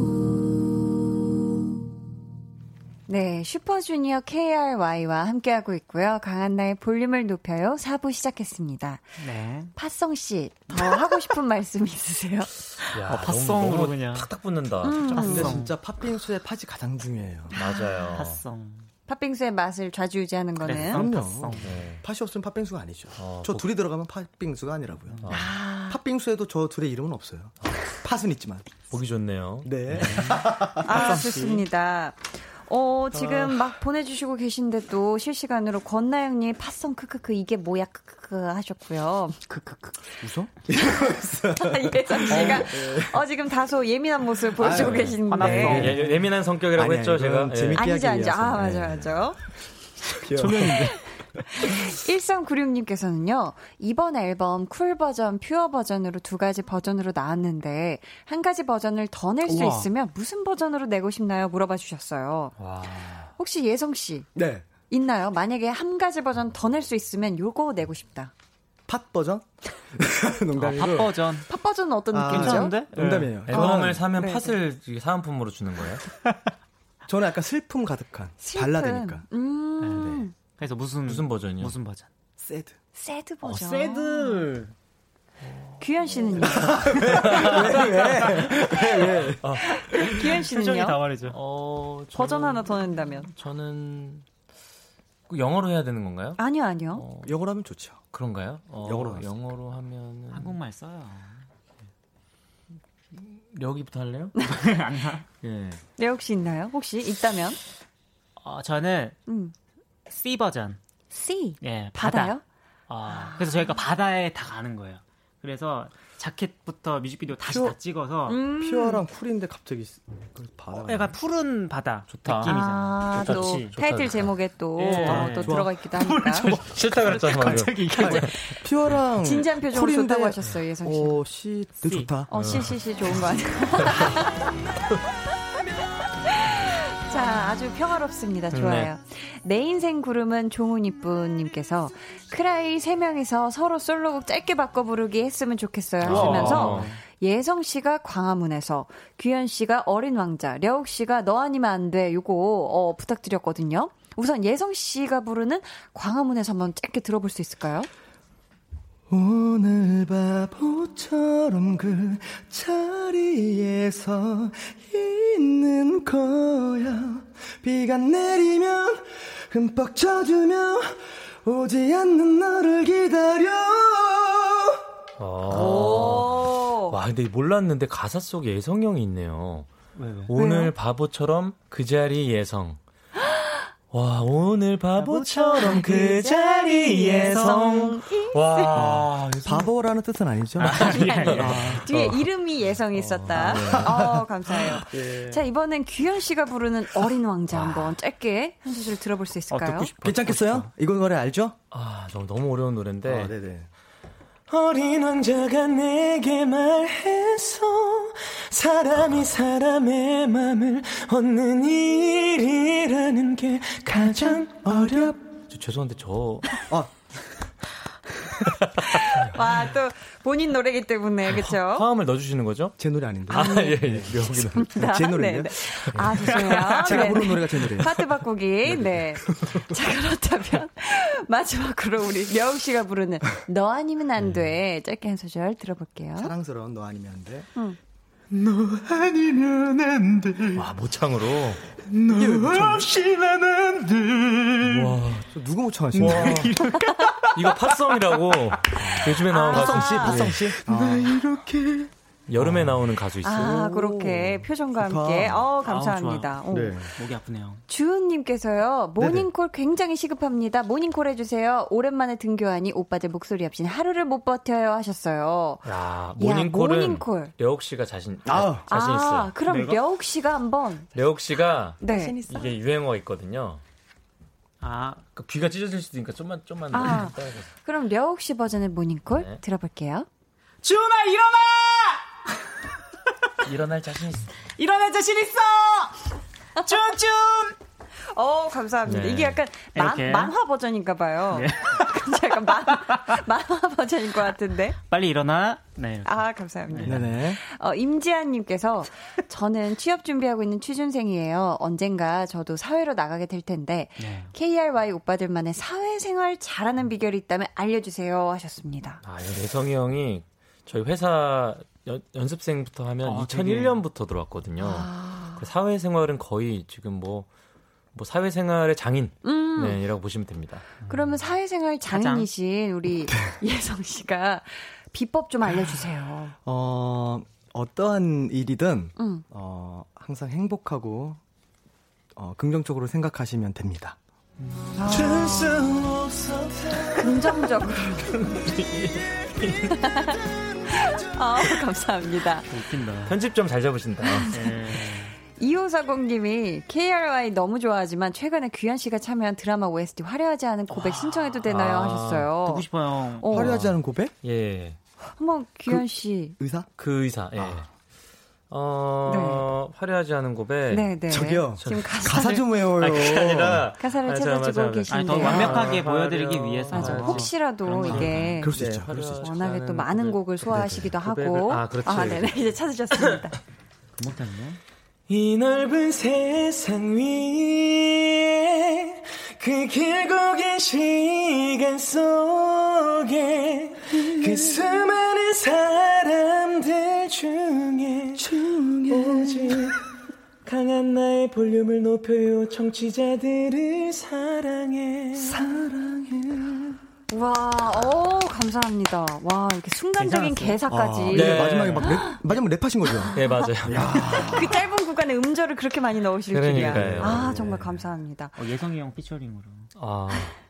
Speaker 1: 네, 슈퍼주니어 KRY와 함께하고 있고요. 강한나의 볼륨을 높여요. 사부 시작했습니다.
Speaker 6: 네.
Speaker 1: 파성 씨, 더 하고 싶은 말씀 있으세요?
Speaker 5: 야,
Speaker 6: 어, 팥성으로
Speaker 5: 너무
Speaker 6: 그냥. 음.
Speaker 5: 탁탁 붙는다.
Speaker 4: 근데
Speaker 6: 팥성.
Speaker 4: 진짜 팥빙수의 팥이 가장 중요해요.
Speaker 5: 맞아요.
Speaker 6: 팥성.
Speaker 1: 팥빙수의 맛을 좌지우지하는 거는
Speaker 6: 팥성,
Speaker 4: 그럼요.
Speaker 6: 팥성.
Speaker 5: 네.
Speaker 4: 팥이 없으면 팥빙수가 아니죠.
Speaker 5: 어,
Speaker 4: 저
Speaker 5: 복-
Speaker 4: 둘이 들어가면 팥빙수가 아니라고요.
Speaker 1: 아,
Speaker 4: 팥빙수에도 저 둘의 이름은 없어요. 팥은 있지만.
Speaker 5: 보기 아. 좋네요.
Speaker 4: 네.
Speaker 1: 아 좋습니다. 어, 지금
Speaker 4: 아.
Speaker 1: 막 보내주시고 계신데 또 실시간으로 권나영님 파성 크크크 이게 뭐야 크크크 하셨고요.
Speaker 4: 크크크. 웃어?
Speaker 1: 예성 씨가 어 지금 다소 예민한 모습 보여주고
Speaker 5: 예,
Speaker 1: 계신데
Speaker 5: 예, 예민한 성격이라고
Speaker 4: 아니,
Speaker 5: 했죠,
Speaker 4: 아니,
Speaker 5: 제가. 예.
Speaker 4: 이건 재밌-
Speaker 1: 아니죠 아니죠 아
Speaker 4: 네.
Speaker 1: 맞아 맞아
Speaker 4: 초면인데.
Speaker 1: 1396님께서는요 이번 앨범 쿨 버전 퓨어 버전으로 두 가지 버전으로 나왔는데 한 가지 버전을 더 낼 수
Speaker 6: 우와.
Speaker 1: 있으면 무슨 버전으로 내고 싶나요 물어봐 주셨어요 혹시 예성 씨
Speaker 4: 네.
Speaker 1: 있나요 만약에 한 가지 버전 더 낼 수 있으면 요거 내고 싶다
Speaker 4: 팥 버전? 농담이고.
Speaker 6: 팥
Speaker 5: 아,
Speaker 6: 버전.
Speaker 1: 팝 버전은 어떤
Speaker 4: 아,
Speaker 1: 느낌이죠
Speaker 6: 괜찮은데? 네.
Speaker 4: 농담이에요.
Speaker 5: 앨범을
Speaker 4: 저는-
Speaker 5: 사면
Speaker 1: 네.
Speaker 5: 팥을 이게 사은품으로 주는 거예요?
Speaker 4: 음. 저는 약간 슬픔 가득한
Speaker 1: 슬픈.
Speaker 4: 발라드니까. 네,
Speaker 1: 음
Speaker 6: 그래서 무슨
Speaker 5: 무슨 버전이요?
Speaker 6: 무슨 버전?
Speaker 4: 새드.
Speaker 1: 새드
Speaker 6: 어,
Speaker 1: 버전
Speaker 6: 새들.
Speaker 1: 규현 씨는요 규현 씨는요 어,
Speaker 6: 표정이 다 말이죠.
Speaker 5: 어, 저는-
Speaker 1: 버전 하나 더 낸다면
Speaker 5: 저는 꼭그 영어로 해야 되는 건가요?
Speaker 1: 아니요, 아니요.
Speaker 4: 영어로 하면 좋죠.
Speaker 5: 그런가요? 어,
Speaker 4: 영어로 하세요.
Speaker 5: 영어로 하면
Speaker 6: 한국말 써요.
Speaker 5: 여기부터 할래요? 예.
Speaker 1: 네, 혹시 있나요? 혹시 있다면?
Speaker 6: 어, 저는
Speaker 1: 음.
Speaker 6: C 버전.
Speaker 1: C.
Speaker 6: 예, 바다.
Speaker 1: 바다요?
Speaker 6: 어, 그래서 저희가 바다에 다 가는 거예요. 그래서 자켓부터 뮤직비디오 다시 다 찍어서
Speaker 1: 음.
Speaker 4: 피어랑 쿨인데 갑자기 그 바다.
Speaker 1: 어,
Speaker 6: 약간 푸른 바다
Speaker 5: 좋다.
Speaker 6: 느낌이잖아요.
Speaker 1: 아, 또
Speaker 5: 좋지, 좋다,
Speaker 1: 타이틀
Speaker 5: 좋다.
Speaker 1: 제목에 또,
Speaker 6: 예,
Speaker 1: 어, 또
Speaker 6: 좋아.
Speaker 1: 들어가 있기도 하니까.
Speaker 5: 싫다 그랬잖아요.
Speaker 6: 뭐, 갑자기 이게
Speaker 4: 피어랑
Speaker 1: 진지한 표정으로
Speaker 4: 쿨인데,
Speaker 1: 좋다고 하셨어요, 예선 씨.
Speaker 4: 어, 씨 되게
Speaker 6: C.
Speaker 4: 좋다.
Speaker 1: 어, 씨씨씨 좋은 거 아니에요? 자, 아주 평화롭습니다. 좋아요. 내 인생 구름은 종훈이뿐님께서 크라이 3명이서 서로 솔로곡 짧게 바꿔 부르기 했으면 좋겠어요 하시면서
Speaker 5: 어.
Speaker 1: 예성 씨가 광화문에서 규현 씨가 어린 왕자, 려욱 씨가 너 아니면 안 돼. 요거 어, 부탁드렸거든요. 우선 예성 씨가 부르는 광화문에서 한번 짧게 들어볼 수 있을까요?
Speaker 4: 오늘 바보처럼 그 자리에서 있는 거야 비가 내리면 흠뻑 젖으며 오지 않는 너를 기다려
Speaker 5: 아.
Speaker 1: 오.
Speaker 5: 와, 근데 몰랐는데 가사 속에 예성형이 있네요. 오늘 바보처럼 그 자리 예성. 와, 오늘 바보처럼 그 자리 예성. 아. 와,
Speaker 4: 바보라는 뜻은 아, 아니죠? 어.
Speaker 1: 뒤에 이름이 예성이 있었다.
Speaker 4: 네.
Speaker 1: 어, 감사해요.
Speaker 4: 예.
Speaker 1: 자, 이번엔 규현 씨가 부르는 어린 왕자 한번 짧게 한 소절 들어볼 수 있을까요?
Speaker 4: 괜찮겠어요? 이건 거래 알죠?
Speaker 5: 아, 너무, 너무 어려운 노래인데.
Speaker 4: 아, 네네.
Speaker 5: 어린 왕자가 내게 말해서 사람이 사람의 맘을 얻는 일이라는 게 가장 어렵. 저, 죄송한데 저
Speaker 4: 어,
Speaker 1: 와, 또 본인 노래기 때문에, 그쵸?
Speaker 5: 화음을 넣어주시는 거죠?
Speaker 4: 제 노래 아닌데.
Speaker 5: 아, 예, 예. 여기는.
Speaker 4: 제 노래인데요? 예.
Speaker 1: 네, 네. 아, 죄송해요.
Speaker 4: 제가
Speaker 1: 네,
Speaker 4: 부른
Speaker 1: 네.
Speaker 4: 노래가 제 노래예요.
Speaker 1: 파트 바꾸기, 네. 자, 그렇다면, 마지막으로 우리 려욱 씨가 부르는 너 아니면 안 돼. 짧게 한 소절 들어볼게요.
Speaker 4: 네. 사랑스러운 너 아니면 안 돼.
Speaker 5: 와, 모창으로. 예.
Speaker 4: 저 누구 모창하시는 거예요?
Speaker 5: 이거 팝송이라고 요즘에 나온 가수. 씨, 팝송 씨?
Speaker 4: 아,
Speaker 5: 여름에 나오는 가수 있어요.
Speaker 1: 아, 그렇게 표정과
Speaker 4: 좋다.
Speaker 1: 함께. 어, 감사합니다. 어.
Speaker 6: 목이 아프네요.
Speaker 1: 주은님께서요, 모닝콜 굉장히 시급합니다. 모닝콜 해주세요. 오랜만에 등교하니 오빠들 목소리 없인 하루를 못 버텨요 하셨어요.
Speaker 5: 야, 모닝콜은
Speaker 1: 모닝콜.
Speaker 5: 려욱 씨가 자신,
Speaker 4: 아.
Speaker 5: 자신 있어요.
Speaker 1: 아, 그럼 려욱 씨가 한번.
Speaker 5: 려욱 씨가
Speaker 1: 네.
Speaker 5: 이게 유행어가 있거든요.
Speaker 6: 아,
Speaker 5: 그 귀가 찢어질 수도 있으니까 좀만 좀만
Speaker 1: 아.
Speaker 5: 따라서.
Speaker 1: 그럼 려욱 씨 버전의 모닝콜
Speaker 5: 네.
Speaker 1: 들어볼게요.
Speaker 6: 주은아 일어나!
Speaker 5: 일어날 자신 있어.
Speaker 6: 일어나 자신 있어! 쭈쭈!
Speaker 1: 어, 감사합니다.
Speaker 5: 네.
Speaker 1: 이게 약간
Speaker 6: 이렇게.
Speaker 1: 만, 만화 버전인가 봐요. 근데 약간 만, 만화 버전인 것 같은데.
Speaker 6: 빨리 일어나. 네. 이렇게.
Speaker 1: 아, 감사합니다.
Speaker 4: 네네.
Speaker 1: 어, 임지아님께서 저는 취업 준비하고 있는 취준생이에요. 언젠가 저도 사회로 나가게 될 텐데
Speaker 6: 네.
Speaker 1: KRY 오빠들만의 사회생활 잘하는 비결이 있다면 알려주세요 하셨습니다.
Speaker 5: 아, 예성이 형이 저희 회사 연, 연습생부터 하면
Speaker 6: 아,
Speaker 5: 2001년부터 들어왔거든요. 그 사회생활은 거의 지금 뭐, 뭐 사회생활의 장인. 네, 이라고 보시면 됩니다.
Speaker 1: 그러면 사회생활 장인이신 우리 예성 씨가 비법 좀 알려주세요.
Speaker 4: 어, 어떠한 일이든,
Speaker 1: 음.
Speaker 4: 어, 항상 행복하고, 어, 긍정적으로 생각하시면 됩니다.
Speaker 1: 긍정적으로. 아, 감사합니다.
Speaker 5: 편집 좀 잘 잡으신다.
Speaker 6: 네.
Speaker 1: 2540님이 KRY 너무 좋아하지만 최근에 귀현 씨가 참여한 드라마 OST 화려하지 않은 고백 신청해도 되나요?
Speaker 5: 아,
Speaker 1: 하셨어요.
Speaker 6: 보고 싶어요.
Speaker 1: 어,
Speaker 4: 화려하지 않은 고백?
Speaker 5: 예.
Speaker 1: 한번 귀현 씨.
Speaker 4: 의사?
Speaker 5: 그 의사, 예.
Speaker 6: 아.
Speaker 5: 어, 화려하지 않은 고백.
Speaker 1: 네, 네.
Speaker 4: 저기요.
Speaker 1: 지금 가사
Speaker 4: 가사 좀 외워요.
Speaker 5: 아, 그게
Speaker 6: 네.
Speaker 5: 아니라.
Speaker 1: 가사를
Speaker 5: 아,
Speaker 1: 찾아주고
Speaker 5: 잠깐만, 잠깐만.
Speaker 1: 계신데요.
Speaker 6: 아니, 더
Speaker 1: 네.
Speaker 6: 완벽하게
Speaker 5: 아,
Speaker 6: 보여드리기
Speaker 5: 맞아요.
Speaker 6: 위해서.
Speaker 1: 맞아.
Speaker 5: 아,
Speaker 1: 혹시라도
Speaker 6: 그런
Speaker 1: 이게
Speaker 4: 그럴 수
Speaker 5: 네,
Speaker 4: 있죠. 그럴 수 있죠.
Speaker 5: 화려하지
Speaker 1: 워낙에 또
Speaker 5: 않은
Speaker 1: 많은
Speaker 5: 고백.
Speaker 1: 곡을 소화하시기도 하고.
Speaker 5: 고백을- 아, 그렇죠.
Speaker 1: 네네. 이제 찾으셨습니다.
Speaker 6: 못했네.
Speaker 5: 이 넓은 세상 위에 그 길고 긴 시간 속에 그 수많은 사람들 중에 오직
Speaker 6: 강한 나의 볼륨을 높여요 청취자들을 사랑해
Speaker 1: 와, 오, 감사합니다. 와, 이렇게 순간적인 개사까지.
Speaker 4: 아,
Speaker 5: 네.
Speaker 4: 마지막에 막 랩, 마지막 랩하신 거죠?
Speaker 5: 네, 맞아요.
Speaker 1: 그 짧은 구간에 음절을 그렇게 많이 넣으실
Speaker 5: 그러니까요.
Speaker 1: 줄이야. 아, 정말 감사합니다.
Speaker 6: 어, 예성이 형 피처링으로
Speaker 5: 아,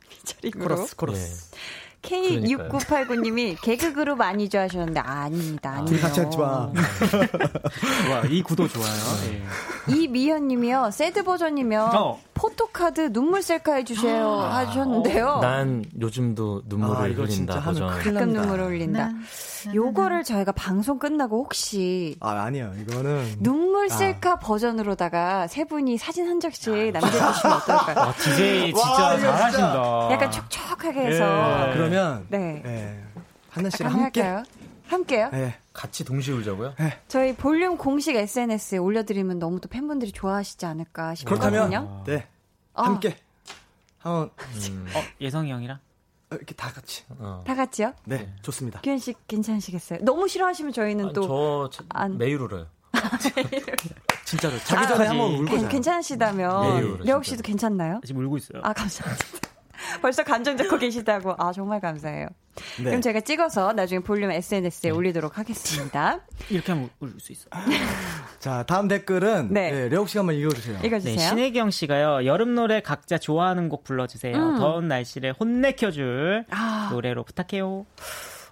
Speaker 1: 피처링으로.
Speaker 5: 코러스.
Speaker 1: K6989님이 개그 그룹 아니죠 하셨는데, 아, 아닙니다. 아니요.
Speaker 4: 둘이
Speaker 1: 네.
Speaker 4: 같이 하지 마.
Speaker 6: 좋아 이 구도 좋아요 예.
Speaker 1: 이미현님이요, 새드 버전이면
Speaker 6: 어.
Speaker 1: 포토카드 눈물 셀카 해주세요 하셨는데요.
Speaker 5: 난 요즘도 눈물을
Speaker 4: 아, 이거 진짜
Speaker 5: 흘린다
Speaker 4: 하면
Speaker 5: 버전.
Speaker 4: 어.
Speaker 1: 가끔
Speaker 4: 큰일 납니다.
Speaker 1: 눈물을 흘린다. 요거를 저희가 방송 끝나고 혹시
Speaker 4: 아, 아니에요. 이거는.
Speaker 1: 눈물 셀카 버전으로다가 세 분이 사진 한
Speaker 4: 아.
Speaker 1: 장씩 남겨주시면 어떨까요?
Speaker 6: DJ 아, 진짜
Speaker 4: 와, 이거 진짜.
Speaker 6: 잘하신다
Speaker 1: 약간 촉촉하게 해서.
Speaker 6: 예.
Speaker 4: 아. 그러면.
Speaker 1: 네.
Speaker 4: 예, 한나 씨랑
Speaker 1: 약간
Speaker 4: 함께.
Speaker 1: 할까요? 함께요?
Speaker 4: 예.
Speaker 5: 같이 동시에 울자고요?
Speaker 1: 저희 볼륨 공식 SNS에 올려드리면 너무 또 팬분들이 좋아하시지 않을까 싶거든요.
Speaker 4: 그렇다면. 네.
Speaker 1: 어.
Speaker 4: 함께. 한번.
Speaker 6: 어, 예성이 형이랑
Speaker 4: 이렇게 다 같이.
Speaker 5: 어.
Speaker 1: 다 같이요?
Speaker 4: 네. 좋습니다.
Speaker 1: 규현 씨 괜찮으시겠어요? 너무 싫어하시면 저희는
Speaker 5: 아니,
Speaker 1: 또
Speaker 5: 저 참-
Speaker 1: 안-
Speaker 5: 매일 울어요.
Speaker 4: 진짜로. 자기 전에 한번 울고
Speaker 1: 아, 네. 괜-
Speaker 4: 자요.
Speaker 5: 예,
Speaker 1: 괜찮으시다면
Speaker 5: 그렇습니다.
Speaker 1: 려욱 씨도 괜찮나요?
Speaker 6: 지금 울고 있어요
Speaker 1: 아 감사합니다. 벌써 감정 잡고 계시다고. 아 정말 감사해요.
Speaker 4: 네.
Speaker 1: 그럼 제가 찍어서 나중에 볼륨 SNS에 올리도록 하겠습니다.
Speaker 6: 이렇게 하면 울 수 있어
Speaker 4: 자, 다음 댓글은.
Speaker 1: 네.
Speaker 4: 네. 려욱 씨가 한번 읽어주세요.
Speaker 1: 읽어주세요.
Speaker 6: 네, 신혜경 씨가요. 여름 노래 각자 좋아하는 곡 불러주세요. 더운 날씨를 혼내켜줄
Speaker 1: 음. 아.
Speaker 6: 노래로 부탁해요.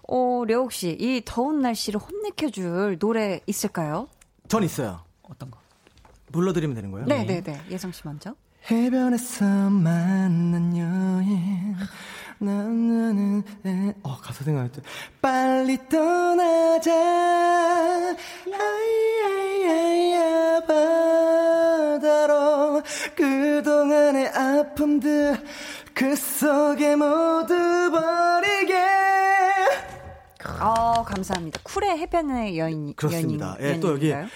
Speaker 1: 오 려욱 씨, 이 더운 날씨를 혼내켜줄 노래 있을까요?
Speaker 4: 전 있어요.
Speaker 6: 어떤 거?
Speaker 4: 불러드리면 되는 거예요?
Speaker 1: 네네네 예성 씨 먼저.
Speaker 4: 해변에서 만난 여인 나는 애- 어 가사 생각났죠 빨리 떠나자 아이야야야 바다로 그동안의 아픔들 그 속에 모두 버리게
Speaker 1: 어 감사합니다. 쿨의 해변의 여인
Speaker 4: 그렇습니다
Speaker 1: 연인,
Speaker 4: 예또 여기
Speaker 1: 연인인가요?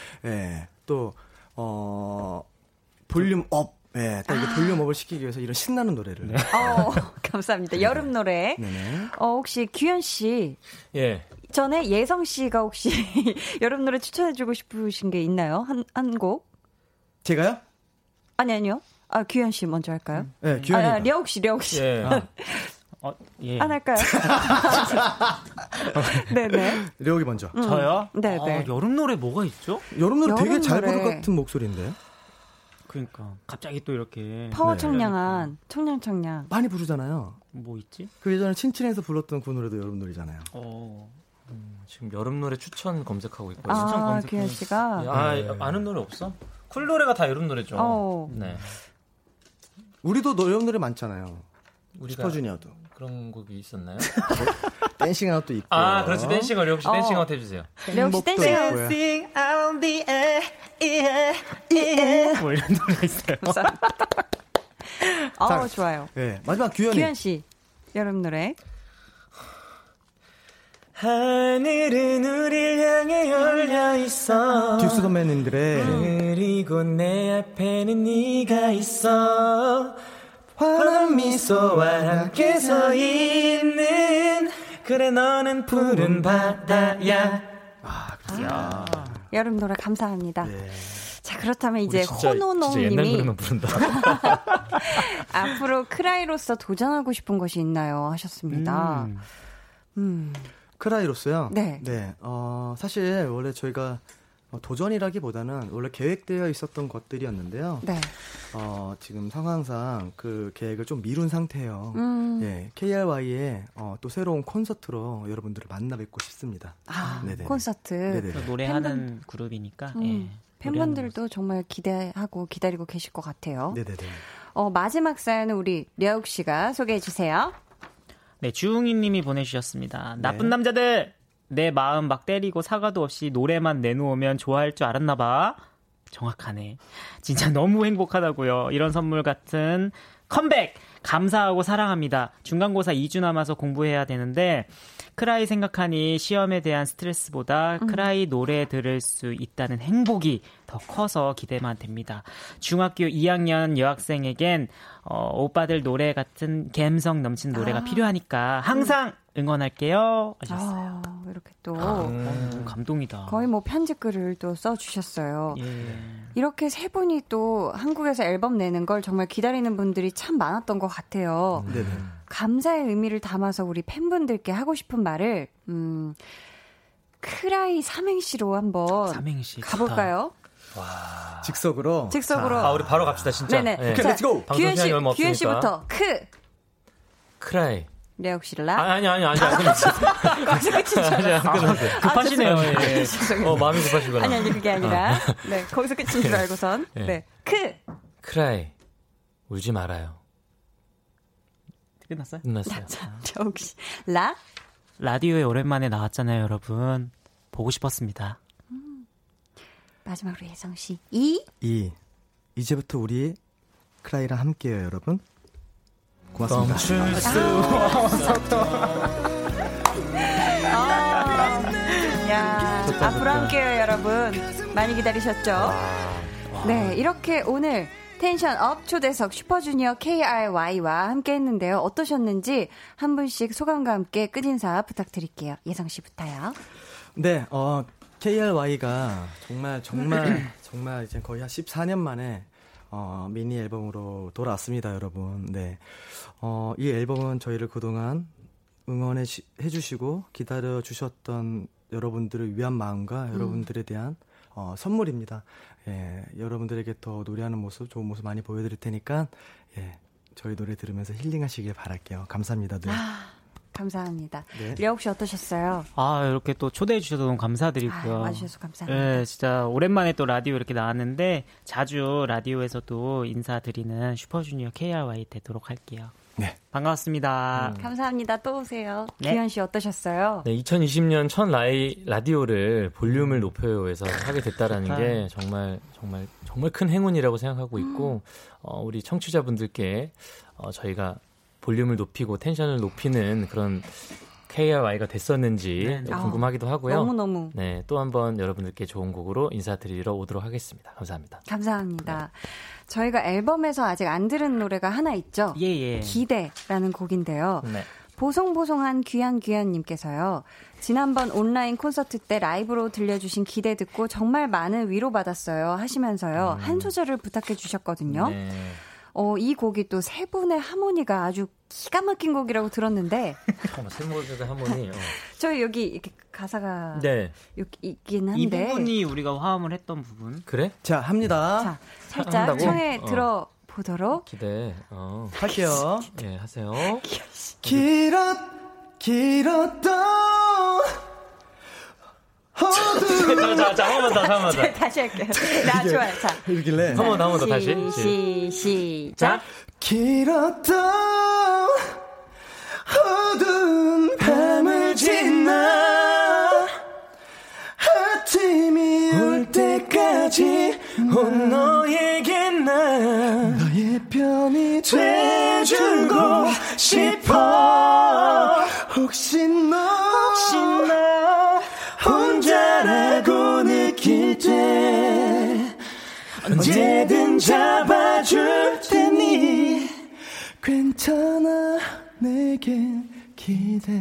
Speaker 4: 예또어 볼륨 업 예, 또 이게
Speaker 1: 아.
Speaker 4: 볼륨 업을 시키기 위해서 이런 신나는 노래를.
Speaker 1: 어, 감사합니다. 여름 노래.
Speaker 4: 네.
Speaker 1: 어, 혹시 규현 씨
Speaker 5: 예.
Speaker 1: 전에 예성 씨가 혹시 여름 노래 추천해주고 싶으신 게 있나요? 한, 한 곡?
Speaker 4: 제가요?
Speaker 1: 아니, 아니요. 아, 규현 씨 먼저 할까요?
Speaker 4: 네,
Speaker 1: 아,
Speaker 4: 규현이가.
Speaker 1: 아, 려욱 씨, 려욱 씨.
Speaker 5: 예.
Speaker 6: 어, 예.
Speaker 1: 안 할까요? 네네.
Speaker 4: 려욱이 먼저.
Speaker 6: 저요?
Speaker 1: 네,
Speaker 6: 어,
Speaker 1: 네.
Speaker 6: 여름 노래 뭐가 있죠?
Speaker 4: 여름 노래 되게
Speaker 1: 여름
Speaker 4: 잘 부를 것
Speaker 1: 노래.
Speaker 4: 같은 목소리인데요?
Speaker 6: 그러니까 갑자기 또 이렇게
Speaker 1: 파워
Speaker 4: 네.
Speaker 1: 음, 청량한, 청량청량.
Speaker 4: 많이 부르잖아요.
Speaker 6: 뭐 있지?
Speaker 4: 그 예전에 친친에서 불렀던 그 노래도 여름 노래잖아요.
Speaker 6: 어.
Speaker 5: 지금 여름 노래 추천 검색하고 있고요.
Speaker 1: 아,
Speaker 6: 검색해.
Speaker 1: 규현 씨가.
Speaker 5: 아, 아는 노래 없어? 쿨 노래가 다 여름 노래죠.
Speaker 1: 어.
Speaker 5: 네.
Speaker 4: 우리도 노- 여름 노래 많잖아요.
Speaker 5: 우리가
Speaker 4: 슈퍼주니어도.
Speaker 5: 그런 곡이 있었나요?
Speaker 4: 댄싱 아웃도 있고.
Speaker 5: 아, 그렇지. 댄싱 어려 혹시
Speaker 1: 어.
Speaker 5: 댄싱 아웃 해주세요.
Speaker 1: 려욱 씨
Speaker 4: 행복도
Speaker 1: 댄싱
Speaker 4: 있고요.
Speaker 1: 하우스.
Speaker 6: 뭐 이런 노래 있어요.
Speaker 1: 아우, 어, 좋아요.
Speaker 4: 네, 마지막 규현이.
Speaker 1: 규현 씨, 여름 노래.
Speaker 5: 하늘은 우릴 향해 열려
Speaker 1: 아.
Speaker 5: 있어.
Speaker 4: 듀스
Speaker 1: 음.
Speaker 4: 선배님들의
Speaker 5: 그리고 내 앞에는 네가 있어.
Speaker 4: 환한 미소와 함께
Speaker 5: 서 있는 그래 너는 푸른 바다야.
Speaker 1: 여름 노래 감사합니다. 자, 그렇다면 이제
Speaker 5: 우리 진짜, 진짜 옛날
Speaker 1: 호노노님이
Speaker 5: 노래만 부른다.
Speaker 1: 앞으로 크라이로서 도전하고 싶은 것이 있나요? 하셨습니다. 음.
Speaker 4: 크라이로스요.
Speaker 1: 네.
Speaker 4: 어, 사실 원래 저희가 도전이라기보다는 원래 계획되어 있었던 것들이었는데요.
Speaker 1: 네.
Speaker 4: 어, 지금 상황상 그 계획을 좀 미룬 상태예요.
Speaker 1: 음.
Speaker 4: 예, KRY의 어, 또 새로운 콘서트로 여러분들을 만나 뵙고 싶습니다.
Speaker 1: 아,
Speaker 4: 네네.
Speaker 1: 콘서트.
Speaker 4: 네네.
Speaker 6: 또 노래하는 그룹이니까.
Speaker 1: 음,
Speaker 6: 예.
Speaker 1: 팬분들도 정말 기대하고 기다리고 계실 것 같아요.
Speaker 4: 네네네.
Speaker 1: 어, 마지막 사연은 우리 려욱 씨가 소개해 주세요.
Speaker 6: 네, 주웅이님이 보내주셨습니다. 나쁜 남자들 내 마음 막 때리고 사과도 없이 노래만 내놓으면 좋아할 줄 알았나봐. 정확하네. 진짜 너무 행복하다고요. 이런 선물 같은 컴백 감사하고 사랑합니다. 중간고사 2주 남아서 공부해야 되는데 크라이 생각하니 시험에 대한 스트레스보다
Speaker 1: 음.
Speaker 6: 크라이 노래 들을 수 있다는 행복이 더 커서 기대만 됩니다. 중학교 2학년 여학생에겐 어, 오빠들 노래
Speaker 1: 아.
Speaker 6: 같은 감성 넘친 노래가 필요하니까 항상 응원할게요. 하셨어요.
Speaker 1: 아, 이렇게 또
Speaker 6: 너무 감동이다.
Speaker 1: 거의 뭐 편지글을 또 써주셨어요.
Speaker 6: 예.
Speaker 1: 이렇게 세 분이 또 한국에서 앨범 내는 걸 정말 기다리는 분들이 참 많았던 것 같아요.
Speaker 4: 네네.
Speaker 1: 음. 감사의 의미를 담아서 우리 팬분들께 하고 싶은 말을 음, 크라이 삼행시로
Speaker 5: 아,
Speaker 1: 한번
Speaker 6: 삼행시 좋다.
Speaker 1: 어, 가볼까요?
Speaker 4: 아. 직석으로
Speaker 1: 즉석으로.
Speaker 5: 아, 우리 바로 갑시다, 진짜.
Speaker 1: 네네.
Speaker 5: 예.
Speaker 1: 자,
Speaker 4: 렛츠고!
Speaker 5: 방송
Speaker 1: 규현 씨,
Speaker 5: 시간이 얼마
Speaker 1: 규현
Speaker 5: 없으니까.
Speaker 1: 씨부터 크
Speaker 5: 크라이.
Speaker 1: 레옥 씨를
Speaker 5: 아,
Speaker 1: 라.
Speaker 5: 아니, 아니, 아니, 안 끝났어. 아니, 안 끝났어.
Speaker 6: 급하시네요. 예.
Speaker 5: 어, 마음이 급하시구나.
Speaker 1: 아, 아니 아니 그게 아니라 네 거기서 끝인 줄 알고선
Speaker 5: 예.
Speaker 1: 네크
Speaker 5: 크라이. 울지 말아요.
Speaker 6: 끝났어요?
Speaker 5: 끝났어요.
Speaker 1: 레옥 씨라
Speaker 6: 라디오에 오랜만에 나왔잖아요, 여러분. 보고 싶었습니다.
Speaker 1: 마지막으로 예성 씨이
Speaker 4: 이 이제부터 우리 크라이랑 함께해요 여러분 고맙습니다
Speaker 1: 아. 야, 앞으로 함께요, 여러분. 많이 기다리셨죠? 네, 이렇게 오늘 텐션 업 초대석 슈퍼주니어 KRY와 함께 했는데요. 어떠셨는지 한 분씩 소감과 함께 끝인사 부탁드릴게요. 예성 씨부터요.
Speaker 4: 네, 어, KRY가 정말, 정말, 정말 이제 거의 한 14년 만에 어, 미니 앨범으로 돌아왔습니다, 여러분. 네. 어, 이 앨범은 저희를 그동안 응원해 시- 해주시고 기다려 주셨던 여러분들을 위한 마음과 여러분들에 대한 어, 선물입니다. 예, 여러분들에게 더 노래하는 모습, 좋은 모습 많이 보여드릴 테니까, 예, 저희 노래 들으면서 힐링하시길 바랄게요. 감사합니다, 네. 늘.
Speaker 1: 감사합니다.
Speaker 5: 네.
Speaker 1: 려욱 씨 어떠셨어요?
Speaker 6: 아, 이렇게 또 초대해 주셔서 너무
Speaker 5: 그러니까.
Speaker 6: 감사드리고요.
Speaker 1: 아, 와주셔서 감사합니다.
Speaker 6: 예, 진짜 오랜만에 또 라디오 이렇게 나왔는데 자주 라디오에서도 인사드리는 슈퍼주니어 KRY 되도록 할게요.
Speaker 4: 네.
Speaker 6: 반갑습니다.
Speaker 1: 음. 감사합니다. 또 오세요.
Speaker 6: 네.
Speaker 1: 기현 씨 어떠셨어요?
Speaker 5: 네, 2020년 첫 라이, 라디오를 볼륨을 높여요에서 하게 됐다라는 게 정말 정말 정말 큰 행운이라고 생각하고 있고 어, 우리 청취자분들께 어, 저희가 볼륨을 높이고 텐션을 높이는 그런 KRY가 됐었는지 궁금하기도 하고요.
Speaker 1: 너무너무.
Speaker 5: 네, 또 한번 여러분들께 좋은 곡으로 인사드리러 오도록 하겠습니다. 감사합니다.
Speaker 1: 감사합니다. 저희가 앨범에서 아직 안 들은 노래가 하나 있죠?
Speaker 6: 예, 예.
Speaker 1: 기대라는 곡인데요.
Speaker 5: 네.
Speaker 1: 보송보송한 귀한 귀한님께서요. 지난번 온라인 콘서트 때 라이브로 들려주신 기대 듣고 정말 많은 위로 받았어요. 하시면서요. 한 소절을 부탁해 주셨거든요.
Speaker 5: 음. 네.
Speaker 1: 어, 이 곡이 또 세 분의 하모니가 아주 기가 막힌 곡이라고 들었는데
Speaker 5: 잠깐만 세모드의 하모니. 어.
Speaker 1: 저희 여기 이렇게 가사가
Speaker 5: 네.
Speaker 1: 여기 있긴
Speaker 6: 이
Speaker 1: 한데
Speaker 6: 부분이 우리가 화음을 했던 부분.
Speaker 5: 그래?
Speaker 4: 자, 합니다.
Speaker 1: 자 살짝
Speaker 5: 한다고?
Speaker 1: 청해
Speaker 5: 어.
Speaker 1: 들어보도록
Speaker 5: 기대. 어.
Speaker 4: 할게요.
Speaker 5: 예, 하세요.
Speaker 4: 길었 길었던 어둠
Speaker 5: 자, 자, 자, 한번 더, 한번 더.
Speaker 1: 다시 할게요. 네, 나 좋아요. 자
Speaker 9: 네.
Speaker 4: 이길래
Speaker 5: 한 번 더, 네. 한 번 더 다시.
Speaker 1: 시, 시, 시작.
Speaker 4: 길었던 어두운 밤을 지나 아침이 올 때까지 온 너에게 난 너의 편이 돼주고 싶어 혹시 너 혹시 나 혼자라고 느낄 때 언제든 잡아줄 테니 괜찮아 내겐 기대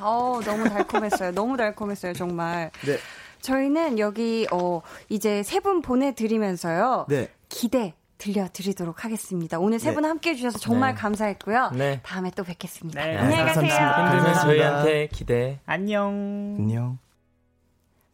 Speaker 1: 어 너무 달콤했어요. 너무 달콤했어요. 정말.
Speaker 4: 네.
Speaker 1: 저희는 여기 어 이제 세 분 보내드리면서요.
Speaker 4: 네.
Speaker 1: 기대 들려드리도록 하겠습니다. 오늘 세 분 함께해 주셔서 정말 감사했고요.
Speaker 5: 네.
Speaker 1: 다음에 또 뵙겠습니다.
Speaker 6: 네.
Speaker 1: 안녕히 가세요.
Speaker 5: 힘들면
Speaker 4: 감사합니다.
Speaker 5: 저희한테 기대.
Speaker 6: 안녕.
Speaker 4: 안녕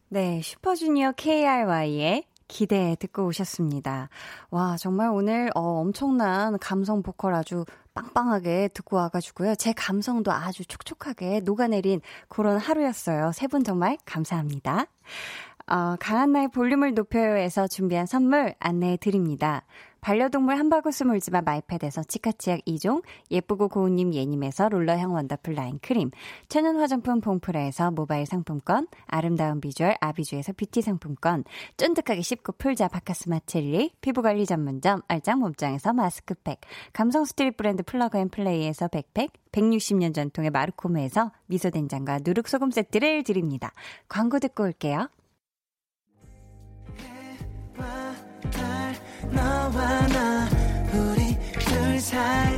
Speaker 1: 네, 슈퍼주니어 KRY의 기대 듣고 오셨습니다. 와, 정말 오늘 어, 엄청난 감성 보컬 아주 빵빵하게 듣고 와가지고요. 제 감성도 아주 촉촉하게 녹아내린 그런 하루였어요. 세 분 정말 감사합니다. 어, 강한나의 볼륨을 높여요에서 준비한 선물 안내해 드립니다. 반려동물 한바구스 물지마 마이패드에서 치카치약 2종, 예쁘고 고운님 예님에서 롤러향 원더풀 라인 크림, 천연 화장품 봉프라에서 모바일 상품권, 아름다운 비주얼 아비주에서 뷰티 상품권, 쫀득하게 씹고 풀자 바카스마 첼리, 피부관리 전문점 얼짱 몸짱에서 마스크팩, 감성 스트릿 브랜드 플러그 앤 플레이에서 백팩, 160년 전통의 마르코메에서 미소된장과 누룩소금 세트를 드립니다. 광고 듣고 올게요.
Speaker 10: 너와 나 우리 둘 사이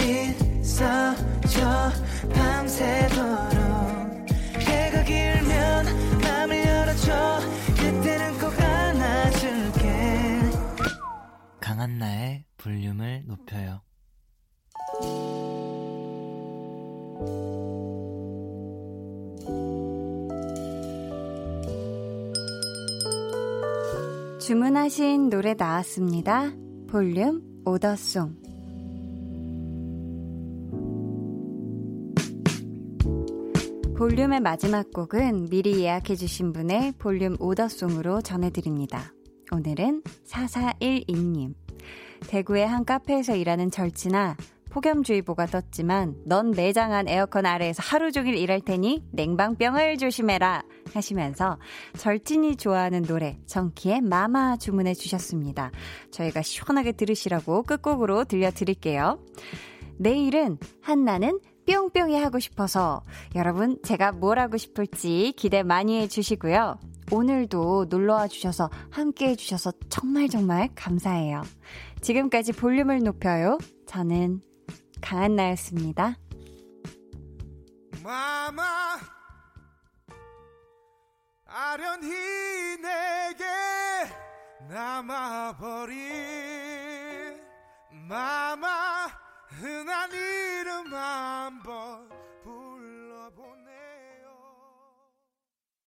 Speaker 10: 있어줘 밤새도록
Speaker 9: 강한나의 볼륨을 높여요.
Speaker 1: 주문하신 노래 나왔습니다. 볼륨 오더송. 볼륨의 마지막 곡은 미리 예약해주신 분의 볼륨 오더송으로 전해드립니다. 오늘은 4412님. 대구의 한 카페에서 일하는 절친아, 폭염주의보가 떴지만 넌 매장한 에어컨 아래에서 하루 종일 일할 테니 냉방병을 조심해라 하시면서 절친이 좋아하는 노래 정키의 마마 주문해 주셨습니다. 저희가 시원하게 들으시라고 끝곡으로 들려드릴게요. 내일은 한나는 뿅뿅이 하고 싶어서 여러분 제가 뭘 하고 싶을지 기대 많이 해주시고요. 오늘도 놀러와 주셔서 함께 해주셔서 정말 정말 감사해요. 지금까지 볼륨을 높여요. 저는 강한나였습니다.
Speaker 10: 마마 아련히 내게 남아버린 마마 흔한 이름 아